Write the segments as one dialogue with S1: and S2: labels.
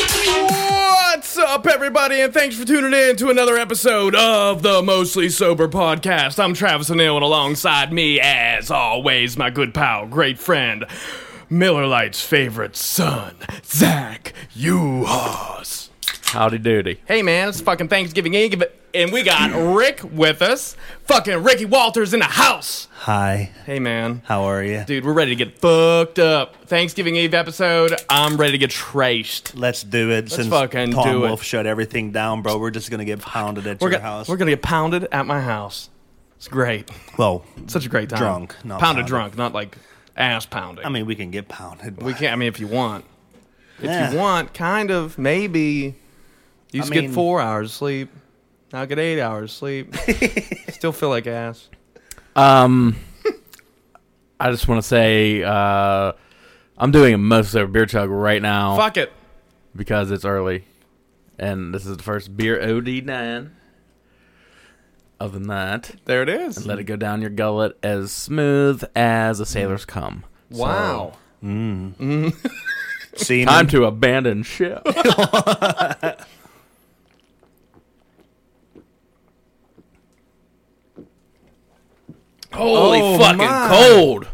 S1: What's up, everybody, and thanks for tuning in to another episode of the Mostly Sober Podcast. I'm Travis O'Neill, and alongside me, as always, my good pal, great friend, Miller Lite's favorite son, Zach Uhas. Howdy doody. Hey, man, it's fucking Thanksgiving Eve, and we got Rick with us. Fucking Ricky Walters in the house.
S2: Hi,
S1: Hey, man.
S2: how are you?
S1: Dude, we're ready to get fucked up. Thanksgiving Eve episode. I'm ready to get traced.
S2: Let's do it. Since
S1: fucking
S2: Tom
S1: do it.
S2: Wolf shut everything down, bro, we're just gonna get pounded at
S1: We're,
S2: your
S1: go-
S2: house.
S1: we're gonna get pounded at my house. It's great.
S2: well,
S1: Such a great time.
S2: Drunk, not
S1: pounded,
S2: pounded.
S1: drunk, not like ass pounding.
S2: I mean, we can get pounded.
S1: we can't. I mean, if you want, if
S2: Yeah.
S1: you want, kind of, maybe. You used to
S2: mean-
S1: get four hours of sleep. Now I get eight hours of sleep. Still feel like ass.
S3: I just want to say uh, I'm doing a most sober beer chug right
S2: Oh.
S3: now
S1: Fuck it.
S3: because it's early, and this is the first beer OD nine of the night.
S1: There it is.
S3: Let it go down your gullet as smooth as a sailor's cum.
S1: Wow.
S2: See,
S3: Time to abandon ship. Holy
S1: Oh,
S3: fucking
S1: my.
S3: cold!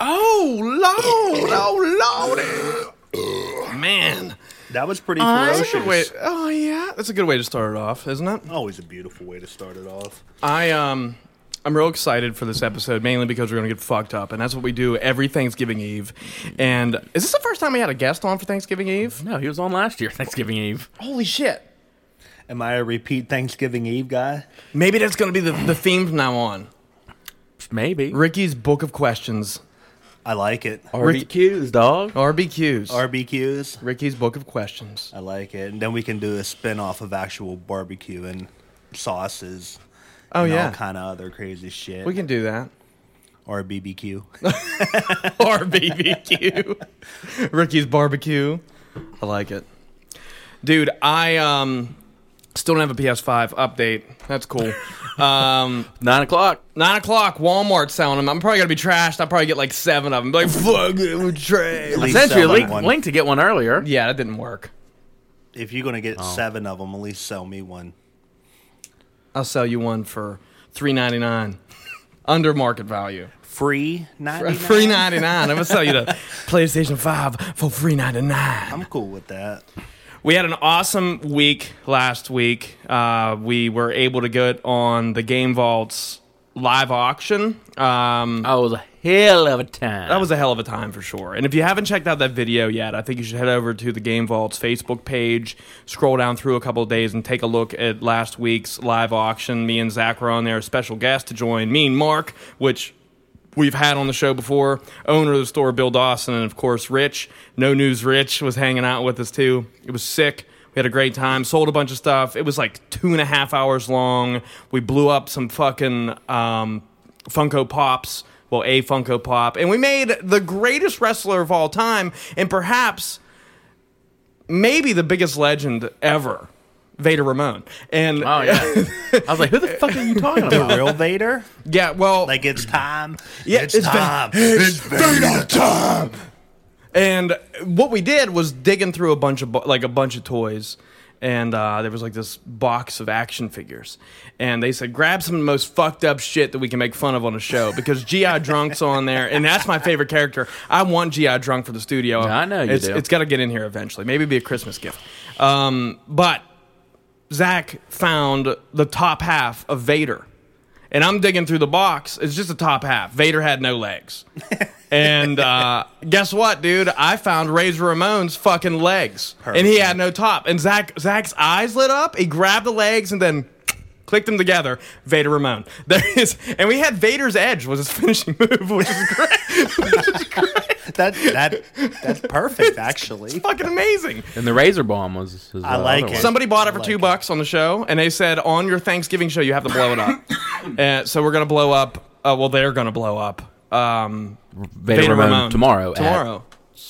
S1: Oh lord! Oh lordy! Man,
S2: that was pretty
S1: That's a good way-
S2: ferocious.
S1: Oh yeah, that's a good way to start it off, isn't it?
S2: Always a beautiful way to start it off.
S1: I um I'm real excited for this episode mainly because we're gonna get fucked up, and that's what we do every Thanksgiving Eve. And is this the first time we had a guest on for Thanksgiving Eve?
S3: No, he was on last year Thanksgiving Eve.
S1: Holy shit!
S2: Am I a repeat Thanksgiving Eve guy?
S1: Maybe that's gonna be the, the theme from now on.
S3: Maybe.
S1: Ricky's book of questions,
S2: I like it.
S3: RBQs, dog.
S1: RBQs.
S2: RBQs.
S1: Ricky's book of questions.
S2: I like it. And then we can do a spin off of actual barbecue and sauces.
S1: Oh
S2: and
S1: yeah,
S2: all kind of other crazy shit.
S1: we can do that.
S2: or BBQ.
S1: RBBQ. Ricky's barbecue. I like it. Dude, I um still don't have a PS5 update. That's cool. Um
S3: Nine o'clock.
S1: Nine o'clock, Walmart's selling them. I'm probably gonna be trashed. I'll probably get like seven of them. Be like, fuck it, we're trash.
S2: least
S3: Sent you a
S2: sell me
S3: link,
S2: one.
S3: link to get one earlier.
S1: Yeah, that didn't work.
S2: If you're gonna get
S3: Oh.
S2: seven of them, at least sell me one.
S1: I'll sell you one for three ninety nine, under market value.
S2: Free ninety.
S1: Three ninety nine. I'm gonna sell you the PlayStation Five for three ninety nine.
S2: I'm cool with that.
S1: We had an awesome week last week. Uh, we were able to get on the Game Vault's live auction. Um,
S3: I was a hell of a time.
S1: that was a hell of a time for sure. And if you haven't checked out that video yet, I think you should head over to the Game Vault's Facebook page, scroll down through a couple of days, and take a look at last week's live auction. Me and Zach were on there, special guest to join me and Mark, which we've had on the show before. Owner of the store, Bill Dawson, and of course Rich. No News Rich was hanging out with us too. It was sick. We had a great time. Sold a bunch of stuff. It was like two and a half hours long. We blew up some fucking um, Funko Pops. Well, a Funko Pop, and we made the greatest wrestler of all time, and perhaps maybe the biggest legend ever, Vader Ramon. And
S3: Oh yeah. I was like, who the fuck are you talking
S2: The
S3: about?
S2: real Vader?
S1: yeah, well,
S2: Like it's time.
S1: Yeah,
S2: it's,
S1: it's Vader.
S2: time. It's Vader time.
S1: And what we did was digging through a bunch of bo- like a bunch of toys, and uh, there was like this box of action figures, and they said grab some of the most fucked up shit that we can make fun of on a show because GI Drunk's on there, and that's my favorite character. I want GI Drunk for the studio.
S3: I know you
S1: it's,
S3: do.
S1: It's got to get in here eventually. Maybe it'd be a Christmas gift. Um, but Zach found the top half of Vader. And I'm digging through the box. It's just the top half. Vader had no legs. And uh, guess what, dude? I found Razor Ramon's fucking legs, and he had no top. And Zach Zach's eyes lit up. He grabbed the legs and then clicked them together. Vader Ramon. There is, and we had Vader's Edge was his finishing move, which is great.
S2: that that that's perfect actually.
S1: Fucking amazing.
S3: And the razor bomb was. was
S2: I
S3: the
S2: like
S3: other
S2: it.
S3: one.
S1: Somebody bought it for
S2: Like
S1: two
S2: it.
S1: bucks on the show, and they said on your Thanksgiving show you have to blow it up. uh, so we're gonna blow up. Uh, well, they're gonna blow up. Um,
S3: Vader,
S1: Vader
S3: Ramon,
S1: Ramon.
S3: tomorrow. at-
S1: Tomorrow.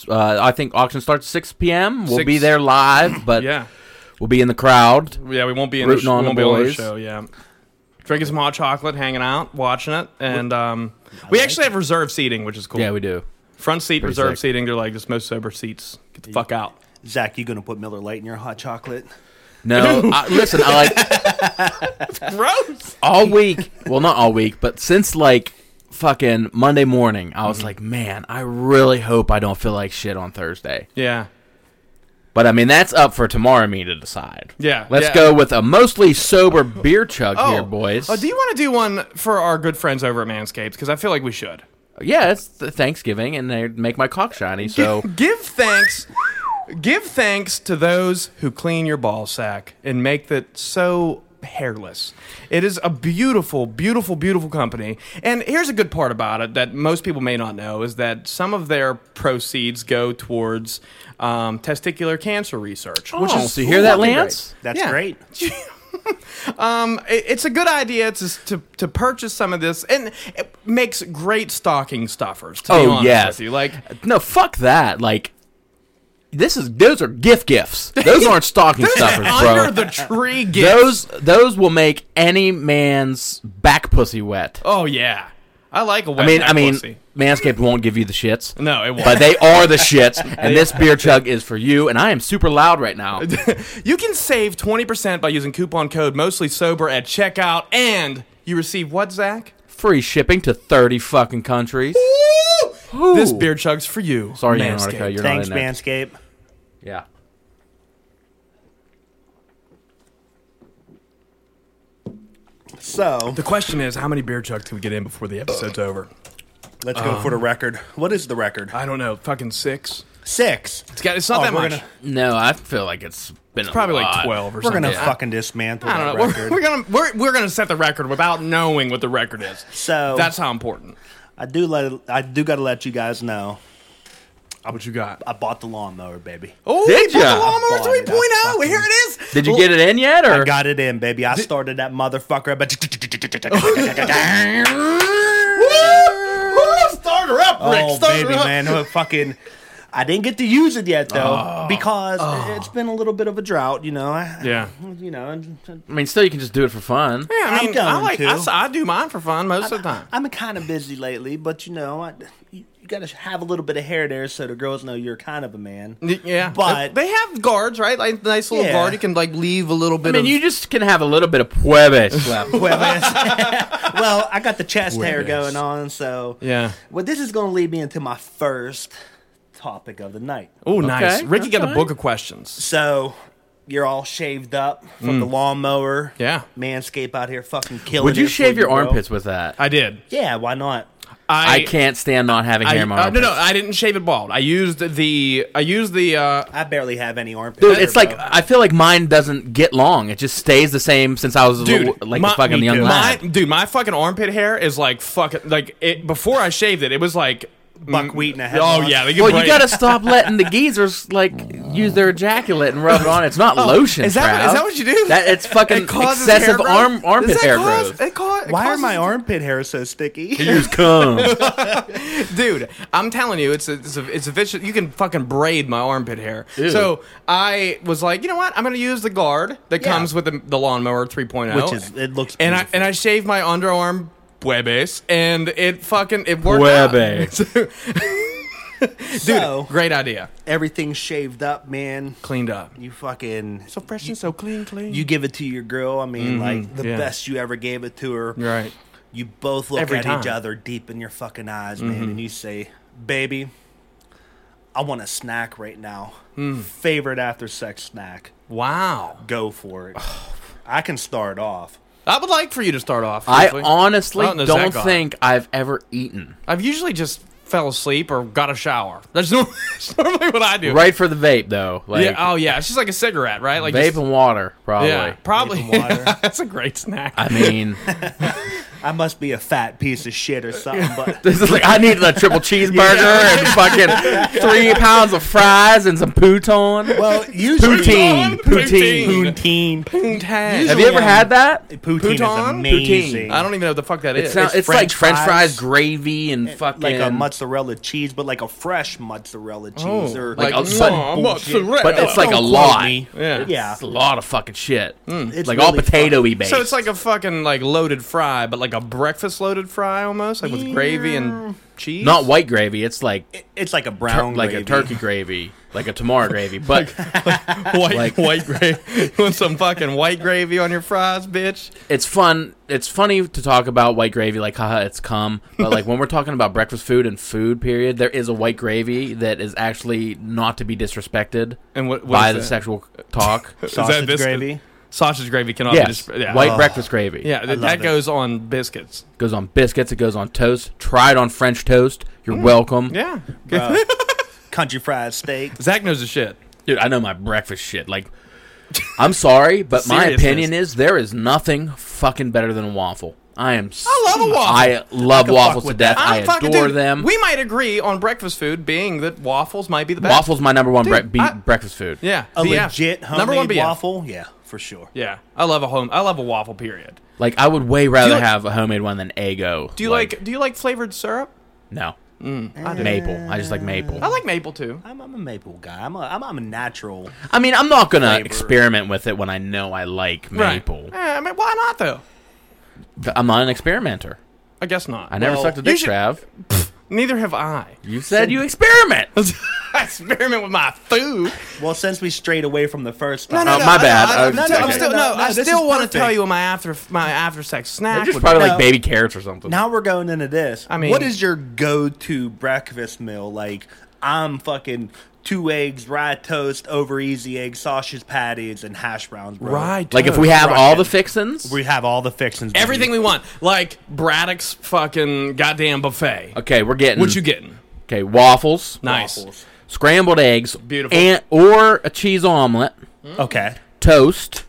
S3: uh, I think auction starts at 6 p.m. We'll
S1: Six.
S3: be there live, but
S1: yeah,
S3: we'll be in the crowd.
S1: yeah. We won't be in the,
S3: Rooting
S1: sh-
S3: on
S1: we won't
S3: the
S1: be on the
S3: boys.
S1: show. Yeah, drinking some hot chocolate, hanging out, watching it, and um, we actually have reserved seating, which is cool.
S3: Yeah, we do.
S1: front seat
S3: Pretty
S1: reserved
S3: sick.
S1: seating. They're like just most sober seats. Get the fuck out.
S2: Zach, you gonna put Miller Lite in your hot chocolate?
S3: No, I, listen, I like
S1: Gross.
S3: all week. Well, not all week, but since like fucking Monday morning, I was like, man, I really hope I don't feel like shit on Thursday.
S1: Yeah.
S3: But I mean, that's up for tomorrow me to decide.
S1: Yeah,
S3: let's
S1: yeah.
S3: go with a mostly sober beer chug here, boys.
S1: Oh, do you want to do one for our good friends over at Manscaped? Because I feel like we should.
S3: yeah, it's the Thanksgiving, and they make my cock shiny. So
S1: give thanks give thanks to those who clean your ball sack and make that so hairless it is a beautiful beautiful beautiful company and here's a good part about it that most people may not know is that some of their proceeds go towards um, testicular cancer research which
S3: Oh,
S1: is
S3: so you hear that,
S1: fucking great.
S3: Lance?
S2: That's
S1: Yeah.
S2: great.
S3: Oh.
S1: It- it's a good idea to, to to purchase some of this and it makes great stocking stuffers to be
S3: Oh,
S1: honest
S3: yes.
S1: with you like
S3: No, fuck that. Like, this is those are gift gifts. Those aren't stocking stuffers, bro.
S1: under the tree gifts.
S3: those those will make any man's back pussy wet.
S1: Oh yeah, I like a wet.
S3: I mean,
S1: neck
S3: I mean,
S1: pussy.
S3: Manscaped won't give you the shits.
S1: no, it won't.
S3: But they are the shits, and this beer chug is for you. And I am super loud right now.
S1: you can save twenty percent by using coupon code mostly sober at checkout, and you receive what, Zach?
S3: Free shipping to thirty fucking countries.
S1: This beer chug's for you.
S3: Sorry,
S1: Manscaped.
S3: Antarctica, you're
S2: Thanks,
S3: not in there.
S2: Manscape.
S3: Yeah.
S2: So
S1: The question is, how many beer chugs can we get in before the episode's over?
S2: let's go
S3: Um,
S2: for the record. What is the record?
S1: I don't know, fucking six.
S2: Six.
S1: It's got. It's not
S2: Oh,
S1: that
S2: we're
S1: much.
S2: gonna-
S3: No, I feel like it's been a
S1: Probably like
S3: lot.
S1: twelve or
S2: We're
S1: something.
S2: gonna fucking dismantle
S1: I
S2: that
S1: don't know. We're,
S2: record.
S1: we're gonna we're, we're gonna set the record without knowing what the record is.
S2: So-
S1: that's how important.
S2: I do let I do gotta let you guys know.
S1: Uh, What you got?
S2: I bought the lawnmower, baby.
S1: Oh,
S3: Did
S1: we bought
S3: ya?
S1: the lawnmower
S2: Bought it.
S1: 3.0.
S2: I
S1: Here it is.
S3: Did you get it in yet, or
S2: I got it in, baby. I started that motherfucker. But
S1: Start her up, Rick.
S2: oh,
S1: Start her
S2: baby,
S1: up.
S2: man, Oh, fucking. I didn't get to use it yet
S1: Oh.
S2: though because it's been a little bit of a drought, you know. I,
S1: Yeah.
S2: You know, and- and
S3: I mean, still you can just do it for fun.
S1: Yeah, I
S2: I'm
S1: mean, I
S2: going
S1: like
S2: to.
S1: I, s- I do mine for fun most of the time.
S2: I'm kind of busy lately, but you know, I, you, you got to have a little bit of hair there so the girls know you're kind of a man.
S1: Y- Yeah,
S2: But-
S1: they have guards, right? Like nice little
S2: Yeah.
S1: guard. You can like leave a little
S3: I
S1: bit
S3: mean,
S1: of.
S3: you just can have a little bit of puebes left.
S2: well, that's- well, I got the chest hair going on, so
S1: yeah.
S2: Well, this is going to lead me into my first topic of the night.
S1: Oh, nice. Ricky
S3: that's
S1: got the
S3: fine.
S1: book of questions.
S2: So, you're all shaved up from the lawnmower.
S1: Yeah.
S2: Manscape out here fucking killing
S3: Would
S2: it
S3: you
S2: for
S3: shave your
S2: bro.
S3: armpits with that?
S1: I did.
S2: Yeah, why not?
S1: I,
S3: I can't stand not having
S1: I,
S3: hair in my
S1: uh, no,
S3: armpits.
S1: no, I didn't shave it bald. I used the. I used the. uh
S2: I barely have any armpits.
S3: Dude,
S2: there,
S3: it's like
S2: bro.
S3: I feel like mine doesn't get long. It just stays the same since I was a
S1: Dude,
S3: little, like
S1: my,
S3: a fucking
S1: me
S3: young
S1: too.
S3: lad.
S1: My- dude, my fucking armpit hair is like fucking like it. Before I shaved it, it was like
S2: Buckwheat and a
S1: Oh
S2: headlock.
S1: yeah, they get
S3: well, you
S1: braided.
S3: gotta stop letting the geezers like use their ejaculate and rub it on. It's not lotion.
S1: Oh, Is that,
S3: Trav.
S1: is that what you do?
S3: That it's fucking
S1: It causes hair
S3: excessive
S1: growth?
S3: arm armpit
S1: Does that
S3: hair
S1: cause-
S3: growth.
S1: it ca- it
S2: why are
S1: causes-
S2: my armpit hair so sticky?
S1: dude? I'm telling you, it's a, it's a it's a vicious. You can fucking braid my armpit hair. So I was like, you know what? I'm gonna use the guard that
S2: Yeah.
S1: comes with the, the lawnmower 3.0,
S2: Which is- it looks
S1: and I
S2: beautiful.
S1: and I shaved my underarm puebes, and it fucking it worked.
S3: Puebes.
S1: out.
S2: so,
S1: dude, great idea.
S2: everything's shaved up, man.
S1: Cleaned up.
S2: You fucking
S1: So fresh and so clean, clean.
S2: you give it to your girl. I mean, like the
S1: yeah.
S2: best you ever gave it to her.
S1: right.
S2: You both look
S1: Every
S2: at each
S1: time.
S2: other deep in your fucking eyes,
S3: Mm-hmm.
S2: man, and you say, "Baby, I want a snack right now.
S3: Mm.
S2: Favorite after sex snack.
S1: Wow.
S2: Go for it. I can start off.
S1: I would like for you to start off.
S3: I
S1: honestly.
S3: honestly
S1: I know
S3: don't
S1: Zach on it.
S3: think I've ever eaten.
S1: I've usually just fell asleep or got a shower. That's nor- that's normally what I do.
S3: Right for the vape though. Like
S1: yeah. Oh yeah. It's just like a cigarette, right? Like
S3: vape
S1: just-
S3: and water, probably.
S1: Yeah. Probably.
S2: Vape and water.
S1: That's a great snack.
S3: I mean,
S2: I must be a fat piece of shit or something. But
S3: This is like I need the triple cheeseburger and fucking three pounds of fries and some pouton.
S2: well, usually
S3: poutine, poutine.
S2: poutine, poutine,
S3: Have you ever had that?
S2: is
S1: Poutine?
S2: amazing.
S1: I don't even know what the fuck that is.
S3: It sounds,
S2: it's
S3: it's
S2: french
S3: like French fries,
S2: fries.
S3: gravy, and fucking
S2: like a mozzarella cheese, but like a fresh mozzarella cheese, or
S3: Oh, Like a-
S2: some
S3: but-
S2: bullshit.
S1: mozzarella.
S3: But it's like a
S2: Don't quote
S3: lot.
S2: me.
S1: yeah.
S2: Yeah,
S3: It's a lot of fucking shit.
S2: It's
S3: like all
S2: really
S3: potatoey based.
S1: So it's like a fucking like loaded fry, but like a breakfast loaded fry almost, like with gravy and cheese.
S3: not white gravy. It's like
S2: it's like a
S3: tur-
S2: brown,
S3: like
S2: gravy.
S3: a turkey gravy, like a tamar gravy, but
S1: white,
S3: like-
S1: white gravy. you want some fucking white gravy on your fries, bitch?
S3: it's fun. It's funny to talk about white gravy, like haha, it's cum. But like when we're talking about breakfast food and food, period, there is a white gravy that is actually not to be disrespected
S1: And what, what
S3: by
S1: is
S3: the
S1: that?
S3: sexual talk.
S2: sausage
S1: biscuit?
S2: gravy.
S1: Sausage gravy cannot be
S3: yes,
S1: just yeah.
S3: white
S1: Oh.
S3: breakfast gravy.
S1: Yeah, that,
S2: love
S1: that
S2: it.
S1: goes on biscuits.
S3: goes on biscuits. It goes on toast. Try it on French toast. You're welcome.
S1: Mm. Yeah,
S2: country fried steak.
S1: Zach knows the shit.
S3: Dude, I know my breakfast shit. Like, I'm sorry, but my
S1: Seriousness.
S3: opinion is there is nothing fucking better than a waffle. I am. I
S1: love a waffle.
S3: I love
S2: fuck
S3: waffles to
S2: with
S3: death.
S2: that.
S3: I
S1: I'm fucking-
S3: adore
S1: dude,
S3: them.
S1: We might agree on breakfast food being that waffles might be the best.
S3: Waffles my number one bre-
S1: Dude,
S3: be-
S1: I-
S3: breakfast food.
S1: yeah,
S2: A
S1: BF.
S2: legit
S1: number one
S2: homemade
S1: BF.
S2: waffle. Yeah, for sure.
S1: Yeah, I love a home. I love a waffle. Period.
S3: Like I would way rather
S1: like-
S3: have a homemade one than Eggo.
S1: Do you like, Do you like flavored syrup?
S3: no maple? I just like maple.
S1: I like maple too.
S2: I'm, I'm a maple guy. I'm a, I'm, I'm a natural.
S3: I mean, I'm not gonna
S2: Flavor.
S3: experiment with it when I know I like maple.
S1: Right. Yeah, I mean, why not though?
S3: I'm not an experimenter.
S1: I guess not.
S3: I never
S2: Well,
S3: sucked a
S1: you
S3: dick,
S1: should-
S3: Trav.
S1: Neither have I.
S3: You said you experiment.
S1: I experiment with my food.
S2: Well, since we strayed away from the first time,
S3: no, no. my bad.
S1: I,
S3: I-
S1: no, no,
S3: okay.
S1: I'm still, no,
S2: No, no,
S1: I
S2: this is
S1: still want to
S2: perfect.
S1: tell you my after my after sex snack.
S3: Just
S1: would
S3: probably
S1: be-
S3: like baby carrots or something.
S2: now we're going into this.
S1: I mean-
S2: what is your go-to breakfast meal? Like, I'm fucking two eggs, rye toast, over easy egg, sausage patties, and hash browns. Bro.
S1: Rye
S3: Like if
S1: toast.
S3: we have all the
S2: Right.
S3: fixins.
S2: we have all the fixings. baby.
S1: everything we want, like Braddock's fucking goddamn buffet.
S3: Okay, we're getting
S1: What you getting?
S3: Okay, waffles,
S1: Nice.
S2: Waffles.
S3: scrambled eggs,
S1: Beautiful.
S3: and or a cheese omelet,
S2: Hmm? Okay.
S3: toast.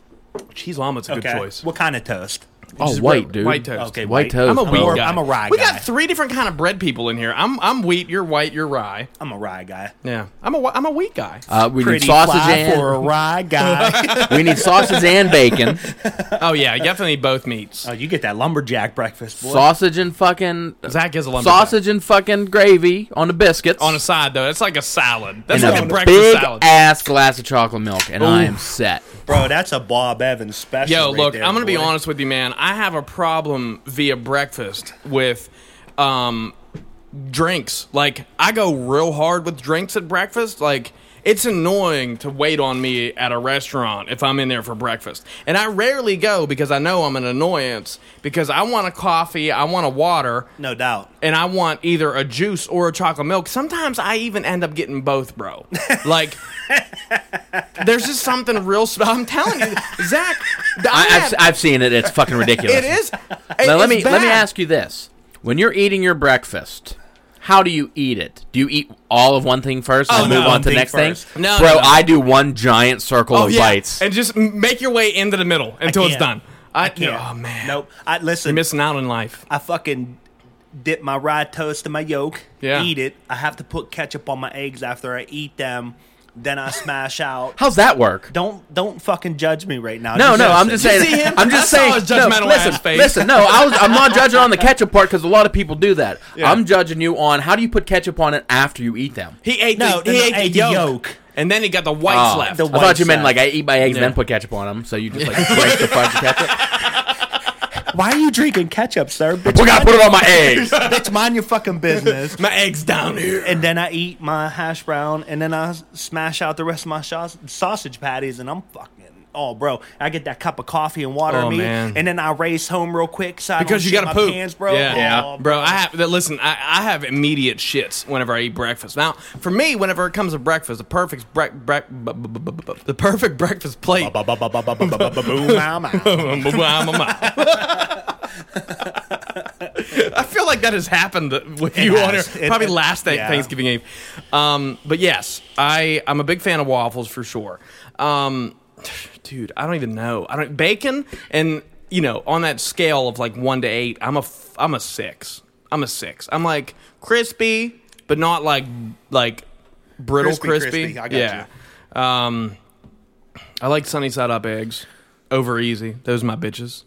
S1: Cheese omelet's a
S2: Okay.
S1: good choice.
S2: What kind of toast?
S3: Oh,
S1: Just
S3: white
S1: white-
S3: dude,
S1: white toast.
S2: Okay,
S3: white
S2: white.
S3: toast.
S1: I'm a
S3: Oh.
S1: wheat
S2: or-
S1: guy.
S2: I'm a rye
S1: We
S2: guy.
S1: got three different kind of bread people in here. I'm I'm wheat. You're white. You're rye.
S2: I'm a rye guy.
S1: Yeah. I'm a wh- I'm a wheat guy.
S3: Uh, we need
S2: Pretty
S3: sausage
S2: fly for a
S3: and
S2: rye guy.
S3: we need sausage and bacon,
S1: oh yeah, you definitely need both meats.
S2: oh, you get that lumberjack breakfast, boy.
S3: sausage and fucking
S1: Zach is a lumberjack.
S3: sausage and fucking gravy on the biscuits
S1: on a side though. That's like a salad. That's
S3: and
S1: like
S3: a
S1: a breakfast
S3: big
S1: salad.
S3: ass glass of chocolate milk, and I am set.
S2: Bro, that's a Bob Evans special.
S1: Yo,
S2: right
S1: look,
S2: there,
S1: I'm gonna be
S2: boy.
S1: honest with you, man. I have a problem via breakfast with um drinks. Like I go real hard with drinks at breakfast. Like it's annoying to wait on me at a restaurant if I'm in there for breakfast. And I rarely go because I know I'm an annoyance because I want a coffee, I want a water,
S2: No doubt.
S1: and I want either a juice or a chocolate milk. Sometimes I even end up getting both, bro. Like, there's just something real. Sp- I'm telling you, Zach. I
S3: I,
S1: have-
S3: have I've seen it. It's fucking ridiculous.
S1: it is.
S3: now let me let me ask you this: When you're eating your breakfast, how do you eat it? Do you eat all of one thing first and
S1: Oh,
S3: then
S1: no.
S3: move on to the
S2: One
S3: next
S2: thing first.
S3: thing?
S1: No,
S3: bro,
S1: no, no.
S3: I do one giant circle
S1: Oh
S3: of
S1: yeah,
S3: bites.
S1: and just m- make your way into the middle until it's done.
S2: can't.
S1: I,
S2: Yeah.
S1: Oh man,
S2: Nope. I
S1: you're
S2: listen.
S1: missing out in life.
S2: I fucking dip my rye toast in my yolk.
S1: Yeah.
S2: Eat it. I have to put ketchup on my eggs after I eat them. Then I smash out.
S3: How's that work?
S2: Don't don't fucking judge me right now.
S3: No, no, I'm just
S2: listen.
S3: saying.
S1: see him?
S3: I'm just
S1: I saw
S3: saying.
S1: his
S3: no,
S1: judgmental
S3: listen,
S1: ass face.
S3: listen. No, I was, I'm not judging on the ketchup part because a lot of people do that. I'm judging you on how do you put ketchup on it after you eat them.
S1: He ate
S2: No,
S1: the,
S2: no,
S1: he
S2: no,
S1: ate the yolk, and then he got the whites
S3: Oh,
S1: left.
S2: the
S3: I thought you meant
S2: white
S3: like I eat my eggs and
S1: Yeah.
S3: then put ketchup on them, so you just like break the fudge ketchup.
S2: Why are you drinking ketchup, sir? Bitch,
S3: We gotta put it on my eggs.
S2: bitch, mind your fucking business.
S1: My eggs down here.
S2: and then I eat my hash brown, and then I s- smash out the rest of my saus- sausage patties, and I'm fucking. Oh, bro! I get that cup of coffee and water
S1: Oh,
S2: in me,
S1: man.
S2: and then I race home real quick. So I
S1: because
S2: don't
S1: you
S2: shit
S1: got to
S2: my
S1: poop,
S2: pants, bro.
S1: Yeah,
S2: Oh,
S1: bro. I have that- listen. I, I have immediate shits whenever I eat breakfast. Now, for me, whenever it comes to breakfast, the perfect bre- bre- bu- bu- bu- bu- bu- bu- the perfect breakfast plate.
S2: Ba- ba- ba- ba- ba- ba- ba- ba- boom, ow, ow.
S1: I feel like that has happened with you on here.
S2: has. It-
S1: Probably
S2: it-
S1: last day,
S2: yeah.
S1: Thanksgiving Eve. Um, but yes, I I'm a big fan of waffles for sure. Um, dude, I don't even know. I don't bacon and you know, on that scale of like one to eight, I'm a f- I'm a six. I'm a six. I'm like crispy, but not like like brittle
S2: Crispy,
S1: crispy.
S2: crispy. I got
S1: yeah. Um, I like sunny side up eggs over easy. Those are my bitches.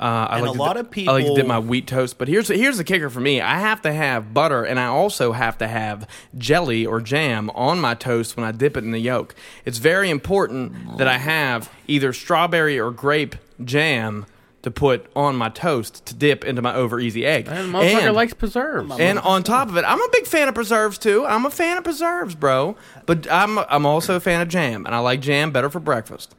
S1: Uh, I
S2: And
S1: like
S2: a
S1: to
S2: lot
S1: dip-
S2: of
S1: I like to dip
S2: people-
S1: my wheat toast, but here's here's the kicker for me. I have to have butter, and I also have to have jelly or jam on my toast when I dip it in the yolk. It's very important that I have either strawberry or grape jam to put on my toast to dip into my over easy egg.
S3: And motherfucker
S1: And-
S3: likes preserves.
S1: and on top of it, I'm a big fan of preserves too. I'm a fan of preserves, bro. But I'm I'm also a fan of jam, and I like jam better for breakfast.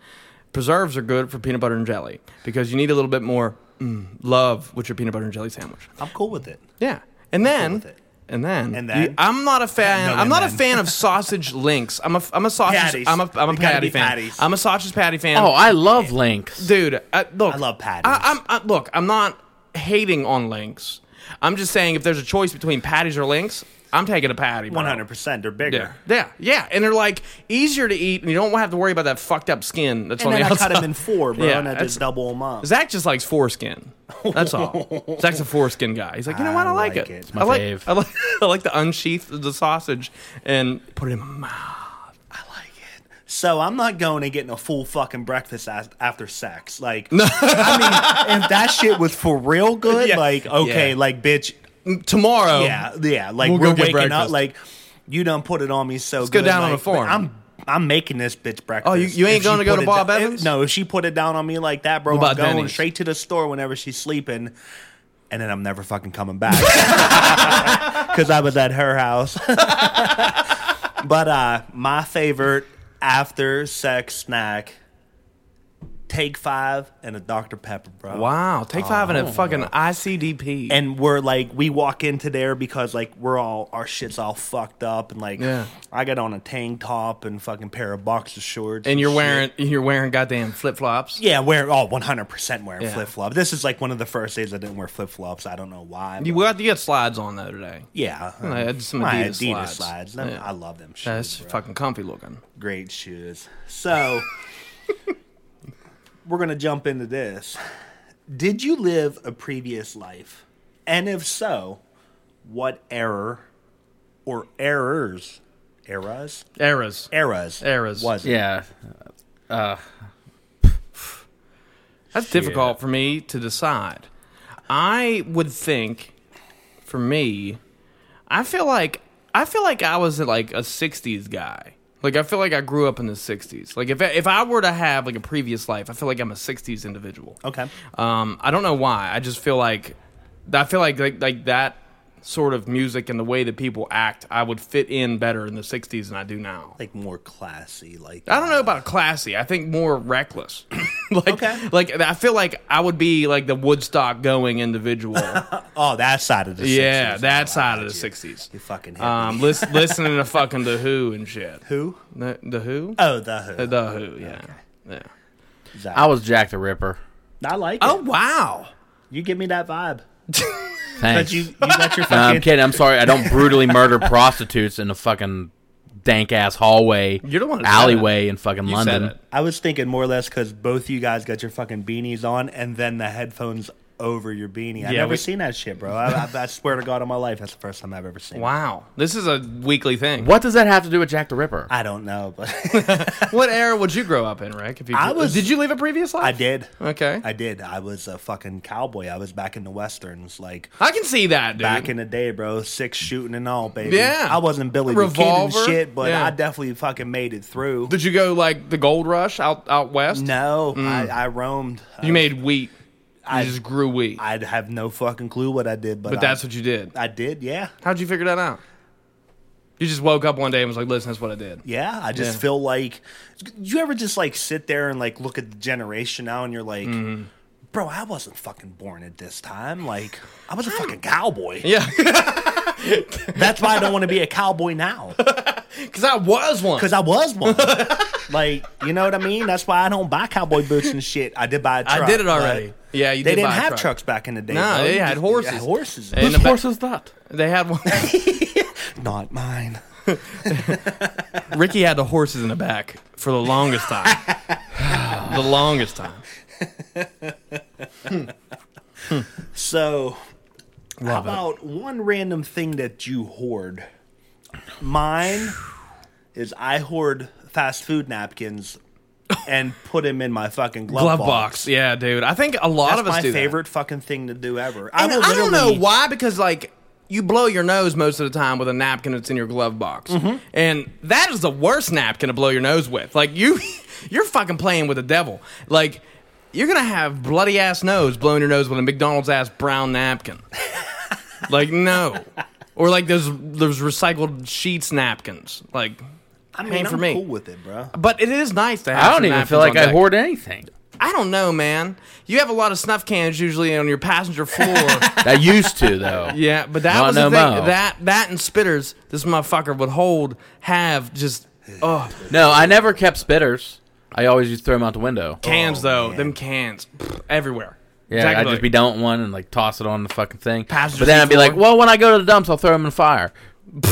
S1: Preserves are good for peanut butter and jelly because you need a little bit more mm, love with your peanut butter and jelly sandwich.
S2: I'm cool with it.
S1: Yeah, and then.
S2: with it.
S1: And then,
S2: And then?
S1: you- I'm not a fan.
S2: No,
S1: I'm
S2: and
S1: not a
S2: then.
S1: fan of sausage links. I'm a I'm a sausage.
S2: Patties.
S1: I'm a I'm a
S2: It gotta
S1: patty
S2: be
S1: fan.
S2: patties.
S1: I'm a sausage patty fan
S3: oh, I love links.
S1: dude. I, look,
S2: I love patties.
S1: I, am I, look, I'm not hating on links. I'm just saying if there's a choice between patties or links, I'm taking a patty. bro.
S2: One hundred percent. They're bigger.
S1: Yeah, yeah, yeah, and they're like easier to eat, and you don't have to worry about that fucked up skin that's
S2: And
S1: on
S2: then
S1: the
S2: I
S1: outside.
S2: cut them in four, bro,
S1: Yeah,
S2: and I
S1: that's-
S2: just double them up.
S1: Zach just likes foreskin. That's all. Zach's a foreskin guy. He's like, you know what? I,
S2: I
S1: like,
S2: like
S1: it.
S2: it. It's
S3: my
S1: I like,
S3: fave.
S1: I like, I like to unsheath the sausage and put it in my mouth.
S2: So I'm not going and getting a full fucking breakfast as- after sex. Like, I mean, if that shit was for real good,
S1: Yeah.
S2: like, okay,
S1: Yeah.
S2: like, bitch,
S1: tomorrow.
S2: yeah, yeah, like
S1: We'll go
S2: we're
S1: get
S2: waking up,
S1: breakfast.
S2: like, you done put it on me so
S1: go
S2: good.
S1: down on
S2: like,
S1: the farm.
S2: I'm I'm making this bitch breakfast.
S1: Oh, you- you ain't
S2: If she
S1: gonna go
S2: put
S1: to
S2: it
S1: Bob
S2: down-
S1: Evans?
S2: No, if she put it down on me like that, bro,
S1: What
S2: I'm
S1: about
S2: going
S1: Denny's?
S2: straight to the store whenever she's sleeping, and then I'm never fucking coming back because I was at her house. but uh, my favorite after sex snack. Take five and a Dr. Pepper, bro.
S1: Wow. Take five and a fucking ICDP.
S2: Oh. And we're like, we walk into there because like we're all our shit's all fucked up, and like
S1: Yeah.
S2: I got on a tank top and fucking pair of boxer shorts,
S1: and you're
S2: shit.
S1: wearing you're wearing goddamn flip flops.
S2: yeah, wear oh 100 percent wearing
S1: Yeah.
S2: flip flops. This is like one of the first days I didn't wear flip flops. I don't know why.
S1: You
S2: but-
S1: got you got slides on though today.
S2: yeah,
S1: I had some
S2: my
S1: Adidas
S2: Adidas
S1: slides.
S2: slides. Them- I love them. Shoes,
S1: That's
S2: bro.
S1: fucking comfy looking.
S2: great shoes. So we're gonna jump into this. Did you live a previous life? And if so, what error or errors, eras,
S1: Eras.
S2: eras,
S1: Eras.
S2: was it?
S3: Yeah.
S1: That's difficult for me to decide. I would think, for me, I feel like I feel like I was like a '60s guy. Like I feel like I grew up in the '60s. Like if if I were to have like a previous life, I feel like I'm a '60s individual.
S2: Okay.
S1: Um, I don't know why. I just feel like I feel like like, like that sort of music and the way that people act, I would fit in better in the '60s than I do now.
S2: Like more classy, like uh,
S1: I don't know about classy. I think more reckless. like,
S2: Okay.
S1: like I feel like I would be like the Woodstock going individual.
S2: oh that side of the
S1: yeah,
S2: 60s.
S1: that
S2: Oh, I
S1: side
S2: got
S1: of the
S2: you.
S1: '60s.
S2: You fucking hit
S1: Um,
S2: me.
S1: lis- listening to fucking the Who and shit.
S2: Who?
S1: The, the Who?
S2: Oh, the who?
S1: the Who. Yeah. Yeah.
S2: Zach.
S3: I was Jack the Ripper.
S2: I like it.
S1: Oh wow.
S2: You give me that vibe.
S3: Thanks.
S2: But you, you got your fucking.
S3: No, I'm kidding. I'm sorry. I don't brutally murder prostitutes in a fucking dank ass hallway,
S1: You're the one who said
S3: alleyway in fucking
S1: You
S3: London.
S1: said it.
S2: I was thinking more or less because both you guys got your fucking beanies on and then the headphones over your beanie. I've
S1: Yeah,
S2: never
S1: we-
S2: seen that shit, bro. I, I, I swear to God on my life, that's the first time I've ever seen it.
S1: Wow. This is a weekly thing.
S3: What does that have to do with Jack the Ripper?
S2: I don't know, but
S1: What era would you grow up in, Rick? If you
S2: I was-
S1: did you live a previous life?
S2: I did.
S1: Okay.
S2: I did. I was a fucking cowboy. I was back in the westerns, like
S1: I can see that, dude.
S2: back in the day, bro. Six shooting and all, baby.
S1: Yeah.
S2: I wasn't Billy the Kid and
S1: Revolver?
S2: shit, but
S1: Yeah.
S2: I definitely fucking made it through.
S1: did you go like the gold rush out out west?
S2: No, I,
S1: Mm.
S2: I roamed.
S1: You made wheat. I
S2: I-
S1: just grew wheat.
S2: I, would have no fucking clue what I did, but
S1: but
S2: I-
S1: that's what you did.
S2: I did. Yeah.
S1: How'd you figure that out? You just woke up one day and was like, "Listen, that's what I did."
S2: Yeah, I just
S1: Yeah.
S2: feel like you ever just like sit there and like look at the generation now and you're like,
S1: Mm-hmm.
S2: bro, I wasn't fucking born at this time. Like, I was a fucking cowboy.
S1: Yeah,
S2: That's why I don't want to be a cowboy now
S1: because I was one.
S2: because I was one. like, you know what I mean? That's why I don't buy cowboy boots and shit. I did buy a truck.
S1: I did it already.
S2: but
S1: Yeah, you
S2: They
S1: did
S2: didn't
S1: buy a
S2: have
S1: truck.
S2: trucks back in the day.
S1: No,
S2: bro.
S1: they
S2: You
S1: had
S2: just-
S1: horses.
S2: had horses.
S1: And-
S3: Whose
S1: in the
S3: horse is that?
S1: They had one.
S2: Not mine.
S1: Ricky had the horses in the back for the longest time. the longest time.
S2: So, how about one random thing that you hoard? Mine is I hoard fast food napkins and put them in my fucking glove,
S1: Glove
S2: box.
S1: box. Yeah, dude. I think a lot
S2: That's
S1: of us
S2: my
S1: do that.
S2: favorite fucking thing to do ever.
S1: And I,
S2: will
S1: don't know
S2: literally-
S1: why, because like you blow your nose most of the time with a napkin that's in your glove box,
S3: Mm-hmm.
S1: and that is the worst napkin to blow your nose with. Like you, you're fucking playing with the devil. Like you're gonna have bloody ass nose blowing your nose with a McDonald's ass brown napkin. like no, or like those those recycled sheets napkins. Like.
S2: I mean,
S1: ain't
S2: I'm
S1: for me.
S2: cool with it, bro.
S1: But it is nice to have.
S3: I don't
S1: some
S3: even
S1: napkins
S3: feel like
S1: on
S3: I
S1: deck.
S3: hoard anything.
S1: I don't know, man. You have a lot of snuff cans usually on your passenger floor.
S3: I used to though.
S1: Yeah, but that
S3: Not
S1: was the
S3: no
S1: thing.
S3: mo.
S1: That that and spitters, this motherfucker would hold, have just oh
S3: No, I never kept spitters. I always used to throw them out the window.
S1: cans though, them cans pfft, everywhere.
S3: Yeah,
S1: Exactly.
S3: I'd just be down with one and like toss it on the fucking thing.
S1: Passenger
S3: but then I'd be
S1: seat
S3: like,
S1: floor.
S3: well, when I go to the dumps, I'll throw them in the fire.